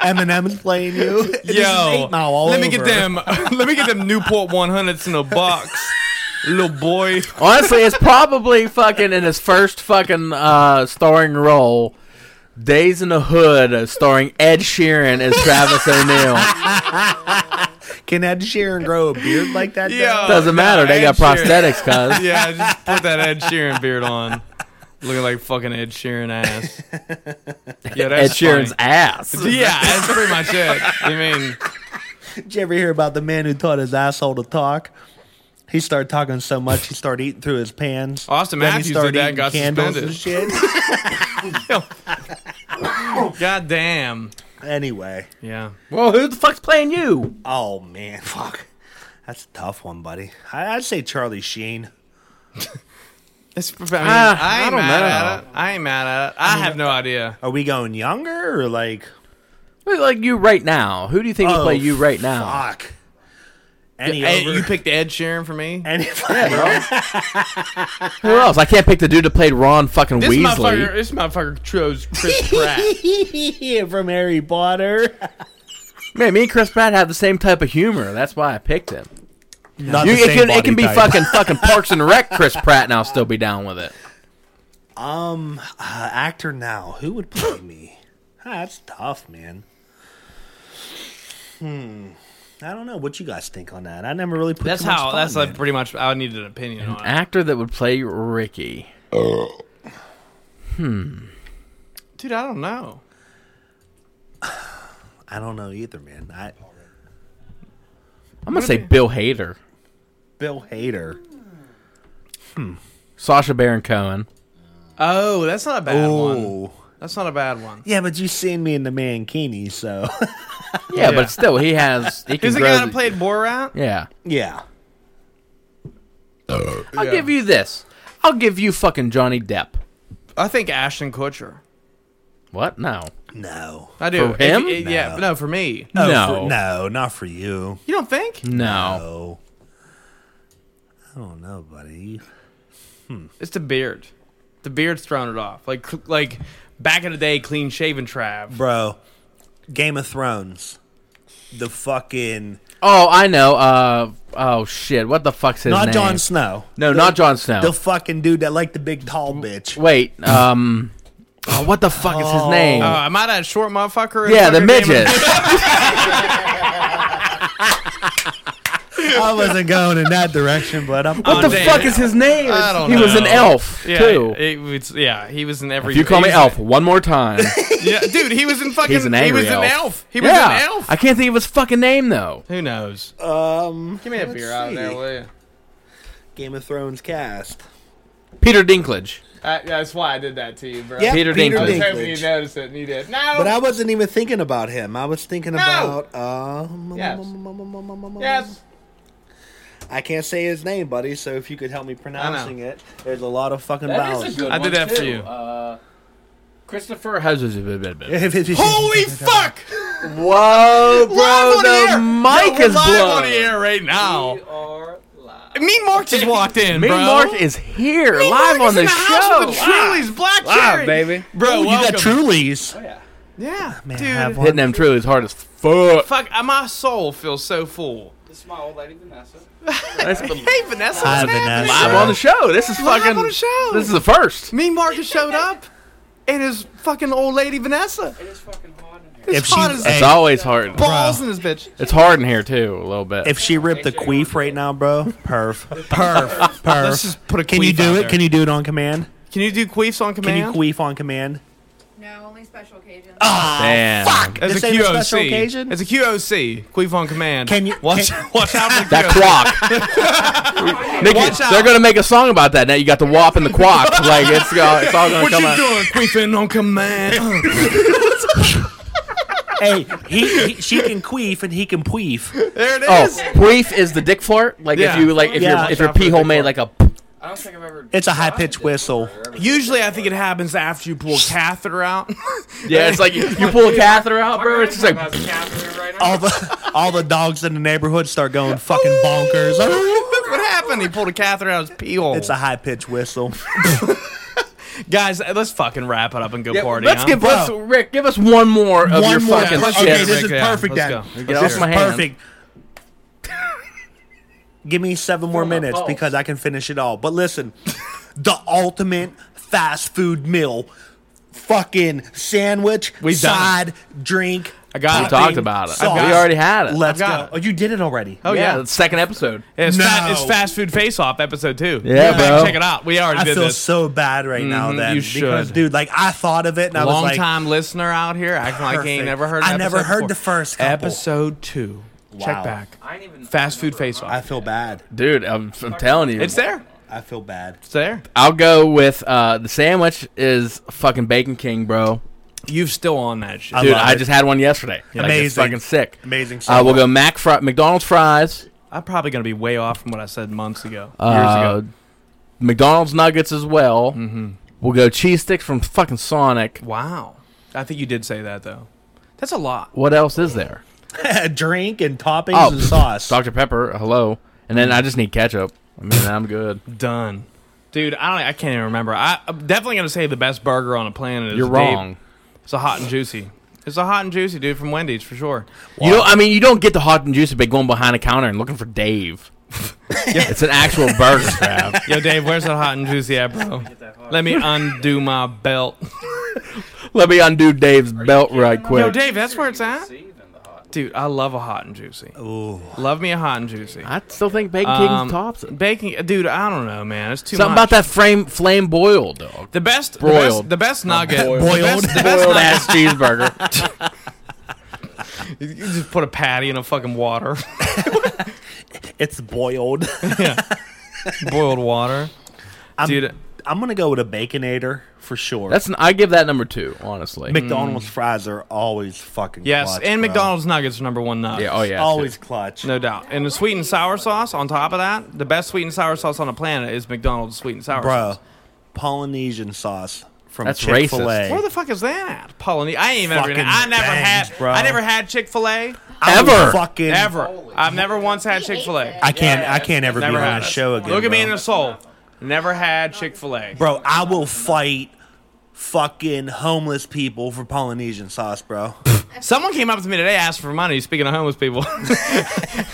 S2: Eminem's playing you. This is
S1: Yo,
S2: Eight Mile all
S1: let me get
S2: over.
S1: them. Let me get them Newport 100s in a box, little boy.
S3: Honestly, it's probably fucking in his first fucking uh, starring role. Days in the Hood, uh, starring Ed Sheeran as Travis O'Neill.
S2: Can Ed Sheeran grow a beard like that?
S1: Yo.
S2: though?
S3: Doesn't matter. They got
S1: Ed Sheeran.
S3: prosthetics, cuz.
S1: Yeah, just put that Ed Sheeran beard on, looking like fucking Ed Sheeran ass. Yeah,
S3: Ed
S1: that's
S3: Sheeran's
S1: funny.
S3: ass.
S1: Yeah, that's pretty much it. I mean,
S2: Did you ever hear about the man who taught his asshole to talk? He started talking so much, he started eating through his pants.
S1: Austin
S2: Then he
S1: Matthews
S2: started
S1: did that
S2: eating
S1: and got
S2: candles
S1: suspended.
S2: and shit.
S1: goddamn.
S2: Anyway,
S1: Yeah.
S3: Well, who the fuck's playing you?
S2: oh man, fuck, that's a tough one, buddy. I, I'd say Charlie Sheen.
S1: It's, I, mean,
S3: Ah,
S1: I
S3: I
S1: ain't
S3: don't
S1: mad
S3: know.
S1: at it. I ain't mad at it. I have no idea.
S2: Are we going younger or like?
S3: Like you right now. Who do you think would
S2: oh,
S3: play you right now?
S2: Fuck. Any
S1: Ed-
S2: over?
S1: you picked Ed Sheeran for me.
S2: any?
S3: Who else? I can't pick the dude to play Ron fucking
S1: This motherfucker,
S3: Weasley.
S1: this motherfucker chose Chris Pratt.
S2: from Harry Potter.
S3: Man, me and Chris Pratt have the same type of humor. That's why I picked him.
S2: Not
S3: You,
S2: the
S3: it
S2: same
S3: can, it
S2: body
S3: can be
S2: type.
S3: fucking fucking Parks and Rec Chris Pratt, and I'll still be down with it.
S2: Uh, actor now. Who would play me? Ah, that's tough, man. Hmm. I don't know what you guys think on that. I never really put.
S1: That's
S2: too much
S1: how.
S2: thought
S1: That's
S2: in
S1: like
S2: it.
S1: pretty much. I needed an opinion on it.
S3: Actor that would play Ricky.
S1: Dude, I don't know.
S2: I don't know either, man. I
S3: I'm gonna say Bill Hader,
S2: Bill Hader.
S3: Sasha Baron Cohen.
S1: Oh, that's not a bad one.
S2: Oh,
S1: That's not a bad one.
S2: yeah, but you seen me in the mankini, so
S3: Yeah, but still, he has. He can
S1: Who's the
S3: grow
S1: guy that
S3: the-
S1: played Borat?
S3: Yeah,
S2: yeah.
S3: I'll give you this. I'll give you fucking Johnny Depp.
S1: I think Ashton Kutcher.
S3: What? No.
S2: No,
S1: I do.
S3: For him?
S1: If- if- Yeah,
S2: No.
S1: no, for me.
S2: Oh,
S3: No.
S2: for- no, not for you.
S1: You don't think?
S2: No,
S3: No.
S2: I don't know, buddy.
S1: It's the beard. The beard's thrown it off. Like, cl- like back in the day, clean shaven Trav.
S2: Bro, Game of Thrones, the fucking
S3: Oh, I know. Uh. Oh shit. What the fuck's his
S2: not
S3: name?
S2: Jon Snow.
S3: No,
S2: The-
S3: not Jon Snow.
S2: The fucking dude that liked the big tall bitch.
S3: Wait. Um. Oh, what the fuck is his name?
S1: Uh, am I that short motherfucker? in
S3: yeah, the
S1: fucking Game of-
S3: midget.
S2: I wasn't going in that direction, but I'm.
S3: what
S1: Oh,
S3: the
S1: damn.
S3: fuck is his name?
S1: I don't
S3: he was an
S1: know.
S3: elf
S1: Yeah,
S3: too.
S1: it- it's- yeah, he was in every.
S3: if you call
S1: he
S3: me
S1: was
S3: elf one more time,
S1: in- yeah, dude, he was in fucking.
S3: he's an angry
S1: He was
S3: elf.
S1: an elf. He was
S3: yeah.
S1: an elf.
S3: I can't think of his fucking name though.
S1: Who knows?
S2: um,
S1: Give me a beer out of there,
S2: see.
S1: will you?
S2: Game of Thrones cast.
S3: Peter Dinklage.
S1: I, that's why I did that to you, bro.
S2: Yeah,
S3: Peter
S1: I was
S3: Dinklage.
S1: hoping you noticed it, and you did. No.
S2: But I wasn't even thinking about him. I was thinking about. Um,
S1: Yes.
S2: yes. I can't say his name, buddy. So if you could help me pronouncing it, there's a lot of fucking vowels.
S1: I did that for you.
S3: Uh, Christopher Hazard.
S1: Holy fuck!
S3: Whoa, bro!
S1: Live on
S3: the
S1: air!
S3: mic
S1: Yo, we're
S3: is
S1: live
S3: blown.
S1: on the air right now. Mean Mark just walked in,
S3: Me
S1: bro.
S3: and Mark is here
S1: Mean
S3: live
S1: Mark is
S3: on the,
S1: in
S3: show.
S1: House with the Trulies, Black Cherry.
S3: baby.
S1: Bro,
S2: Ah, you Oh,
S1: welcome.
S2: got Trulies.
S1: Yeah, man, dude.
S2: have one.
S3: Hitting them Trulies hard as fuck.
S1: Fuck, uh, my soul feels so full.
S4: It's my old lady Vanessa.
S3: That's the-
S1: Hey, Vanessa,
S2: Hi,
S1: what's happening?
S2: Vanessa.
S3: live on the show. This is
S1: Live
S3: fucking.
S1: on the show.
S3: This is the first.
S1: Mean Mark has showed up, and his fucking old lady Vanessa.
S4: It is fucking hard in here.
S1: It's
S2: If she-
S1: hot as
S2: hey.
S3: It's always hard.
S1: balls in this bitch.
S3: It's hard in here too, a little bit.
S2: If she ripped a queef right now, bro, perf, perf, perf.
S1: Let's just put a
S2: Can you
S1: queef
S2: do
S1: out
S2: it?
S1: there.
S2: Can you do it on command?
S1: Can you do queefs on
S2: Can
S1: command?
S2: you queef on command?
S5: No, only special occasions.
S3: Damn.
S1: Oh, As
S2: This
S1: a
S2: ain't a
S1: QOC,
S2: special occasion?
S1: as a QOC, queef on command.
S2: Can you-
S1: watch?
S2: can- Oh,
S1: watch out for the
S3: That
S1: QOC.
S3: quack. Nicky,
S1: Watch out.
S3: they're gonna make a song about that. Now you got the wop and the quack. Like it's, go- it's all gonna
S1: What
S3: come
S1: you
S3: out.
S1: doing, queefing on command?
S2: hey, he, he she can queef and he can queef.
S1: there it
S3: Oh,
S1: is.
S3: queef is the dick flirt. Like
S1: Yeah.
S3: if you like if
S2: Yeah.
S3: your if your pee hole made like a.
S4: I don't think I've ever.
S2: It's a high pitched whistle.
S1: Usually, I think it happens after you pull a catheter out.
S3: Yeah, it's like you, you pull a catheter out, bro. It's just like
S4: Has a catheter right now.
S2: All the all the dogs in the neighborhood start going fucking bonkers.
S1: what happened? He pulled a catheter out of his pee hole.
S2: It's a high pitched whistle.
S1: Guys, let's fucking wrap it up and go
S3: Yeah,
S1: party.
S3: let's
S1: huh?
S3: give
S2: Bro.
S3: us Rick. Give us one more of your
S2: One more.
S3: fucking
S2: Okay,
S3: shit.
S2: this is
S1: Yeah,
S2: perfect
S1: let's
S2: then.
S1: go.
S3: Get
S2: This
S3: off
S2: is
S3: my hand.
S2: perfect. Give me seven more minutes because I can finish it all. But listen, the ultimate fast food meal. Fucking sandwich,
S1: We've done
S2: side, drink.
S1: I got
S3: We
S1: it.
S2: topping,
S3: talked about it.
S2: sauce.
S3: We already had it.
S2: Let's
S1: got
S2: go.
S1: it.
S2: Oh, you did it already.
S1: Oh yeah,
S3: the second episode.
S1: it's,
S2: No.
S1: fa- it's fast food face off episode two.
S3: Yeah,
S1: Go
S3: bro.
S1: back, Check it out. We already
S2: I
S1: did
S2: feel
S1: this.
S2: so bad right now
S1: Mhm,
S2: then.
S1: you
S2: Because
S1: should.
S2: dude, like I thought of it and I was
S1: Long
S2: like
S1: time listener out here, acting like he ain't
S2: Perfect.
S1: never heard.
S2: I never
S1: episode
S2: heard
S1: four.
S2: the first couple.
S1: episode two. Check
S2: Wow.
S1: back.
S4: I ain't even.
S1: Fast food face
S2: I
S1: off.
S2: feel bad.
S3: Dude, I'm, I'm telling you.
S1: It's there.
S2: I feel bad.
S1: It's there.
S3: I'll go with uh, the sandwich is fucking Bacon King, bro.
S1: You've still on that shit.
S2: I
S1: Dude,
S3: Dude,
S2: love
S3: I
S2: it.
S3: just had one yesterday. and I get
S2: Amazing.
S3: fucking sick.
S2: Amazing.
S3: Uh, we'll
S2: summer.
S3: go Mac fri- McDonald's fries.
S1: I'm probably gonna be way off from what I said months ago, years
S3: Uh,
S1: ago.
S3: McDonald's nuggets as well. Mm-hmm. We'll go cheese sticks from fucking Sonic.
S1: Wow, I think you did say that though. That's a lot.
S3: What else is there?
S2: a drink and toppings
S3: Oh,
S2: and sauce.
S3: Dr. Pepper. Hello. And
S1: Mm.
S3: then I just need ketchup. I mean, I'm good.
S1: Done, dude. I don't. I can't even remember. I, I'm definitely gonna say the best burger on the planet is.
S3: You're
S1: Dave-
S3: wrong.
S1: It's a hot and juicy. It's a hot and juicy, dude, from Wendy's for sure.
S3: You know, I mean, you don't get the hot and juicy by going behind a counter and looking for Dave. It's an actual burger grab.
S1: Yo, Dave, where's that hot and juicy at, bro? Let me undo my belt.
S3: Let me undo Dave's belt right quick.
S1: Yo, Dave, that's where it's at.
S4: See, then the hot.
S1: Dude, I love a hot and juicy. Love me a hot and juicy.
S3: I still think Bacon
S1: Um,
S3: King tops it.
S1: Baking, dude, I don't know, man. It's too
S3: Something
S1: much.
S3: about that frame flame boiled dog.
S1: The best,
S3: Broiled.
S1: the best, the best nugget, The
S2: Boiled.
S1: best, the best
S3: Boiled
S1: nugget-
S3: ass cheeseburger.
S1: You just put a patty in a fucking water,
S2: It's boiled.
S1: boiled water,
S2: I'm,
S1: dude.
S2: I'm gonna go with a baconator for sure.
S3: That's an, I give that number two, honestly.
S2: McDonald's fries are always fucking
S1: Mm. Yes,
S2: clutch,
S1: and
S2: bro.
S1: McDonald's nuggets are number one nut.
S3: yeah, oh yeah,
S2: always clutch.
S1: no doubt. And the sweet and sour sauce on top of that, the best sweet and sour sauce on the planet is McDonald's sweet and sour
S2: bro,
S1: sauce.
S2: Polynesian sauce from
S3: That's
S2: Chick Fil A.
S1: Where the fuck is that at? Polynesian. I ain't even ever.
S2: Fucking
S1: I never
S2: bangs,
S1: had.
S2: bro.
S1: I never had Chick Fil A
S3: Ever.
S2: fucking
S1: ever.
S4: Holy
S1: I've never once had Chick Fil A.
S2: I can't. I can't ever be
S1: Never
S2: on
S1: had
S2: a
S1: it.
S2: show again.
S1: Look
S2: bro.
S1: at me in the soul. Never had Chick Fil A.
S2: bro. I will fight fucking homeless people for Polynesian sauce, bro.
S1: Someone came up to me today, asked for money. Speaking of homeless people.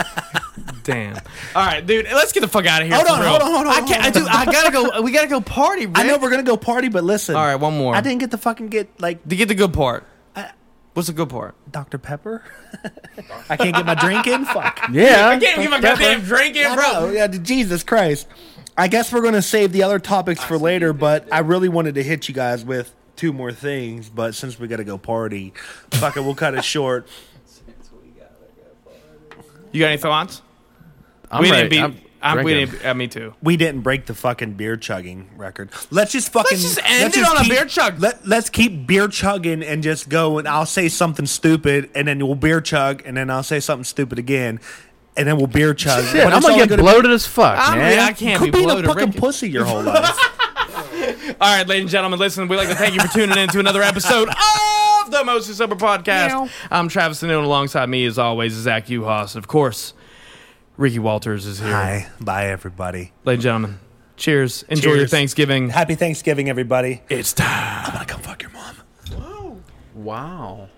S1: Damn. All right, dude. Let's get the fuck out of here.
S2: Hold
S1: for
S2: on,
S1: real.
S2: hold on, hold on,
S1: I can't. I do. I gotta go. We gotta go party. Rick.
S2: I know we're gonna go party, but listen.
S1: All right, one more.
S2: I didn't get to fucking get like
S1: To get the good part. What's the good part?
S2: Dr Pepper. I can't get my drink in. Fuck.
S3: yeah.
S1: I can't get my goddamn drink in,
S2: bro.
S1: bro.
S2: Yeah, d- Jesus Christ. I guess we're gonna save the other topics for later, but I really wanted to hit you guys with two more things. But since we gotta go party, fuck it, we'll cut it short.
S4: Since we got it,
S1: You got any thoughts?
S3: I'm
S1: we
S3: ready.
S1: didn't beat.
S3: I'm
S1: I'm- we
S3: drinking.
S1: didn't. Uh, me too.
S2: We didn't break the fucking beer chugging record. Let's just fucking
S1: just end it on a beer chug.
S2: Let Let's keep beer chugging and just go. And I'll say something stupid, and then we'll beer chug, and then I'll say something stupid again, and then we'll beer chug.
S3: Shit,
S2: But
S3: I'm
S2: it's
S3: gonna
S2: only
S3: get bloated as fuck,
S1: I'm-
S3: man.
S1: yeah, I can't
S2: Quit
S1: be
S2: being a
S1: bloated,
S2: fucking
S1: Ricky.
S2: pussy your whole life.
S1: All right, ladies and gentlemen, listen, we'd like to thank you for tuning in to another episode of the Mostly Sober Podcast. I'm Travis Sunil, and alongside me, as always, is Zach Uhas. And of course, Ricky Walters is here.
S2: Hi, bye everybody.
S1: Ladies and gentlemen, cheers. Enjoy your
S2: Cheers.
S1: Thanksgiving.
S2: Happy Thanksgiving, everybody.
S1: It's time.
S2: I'm gonna come fuck your mom.
S3: Wow.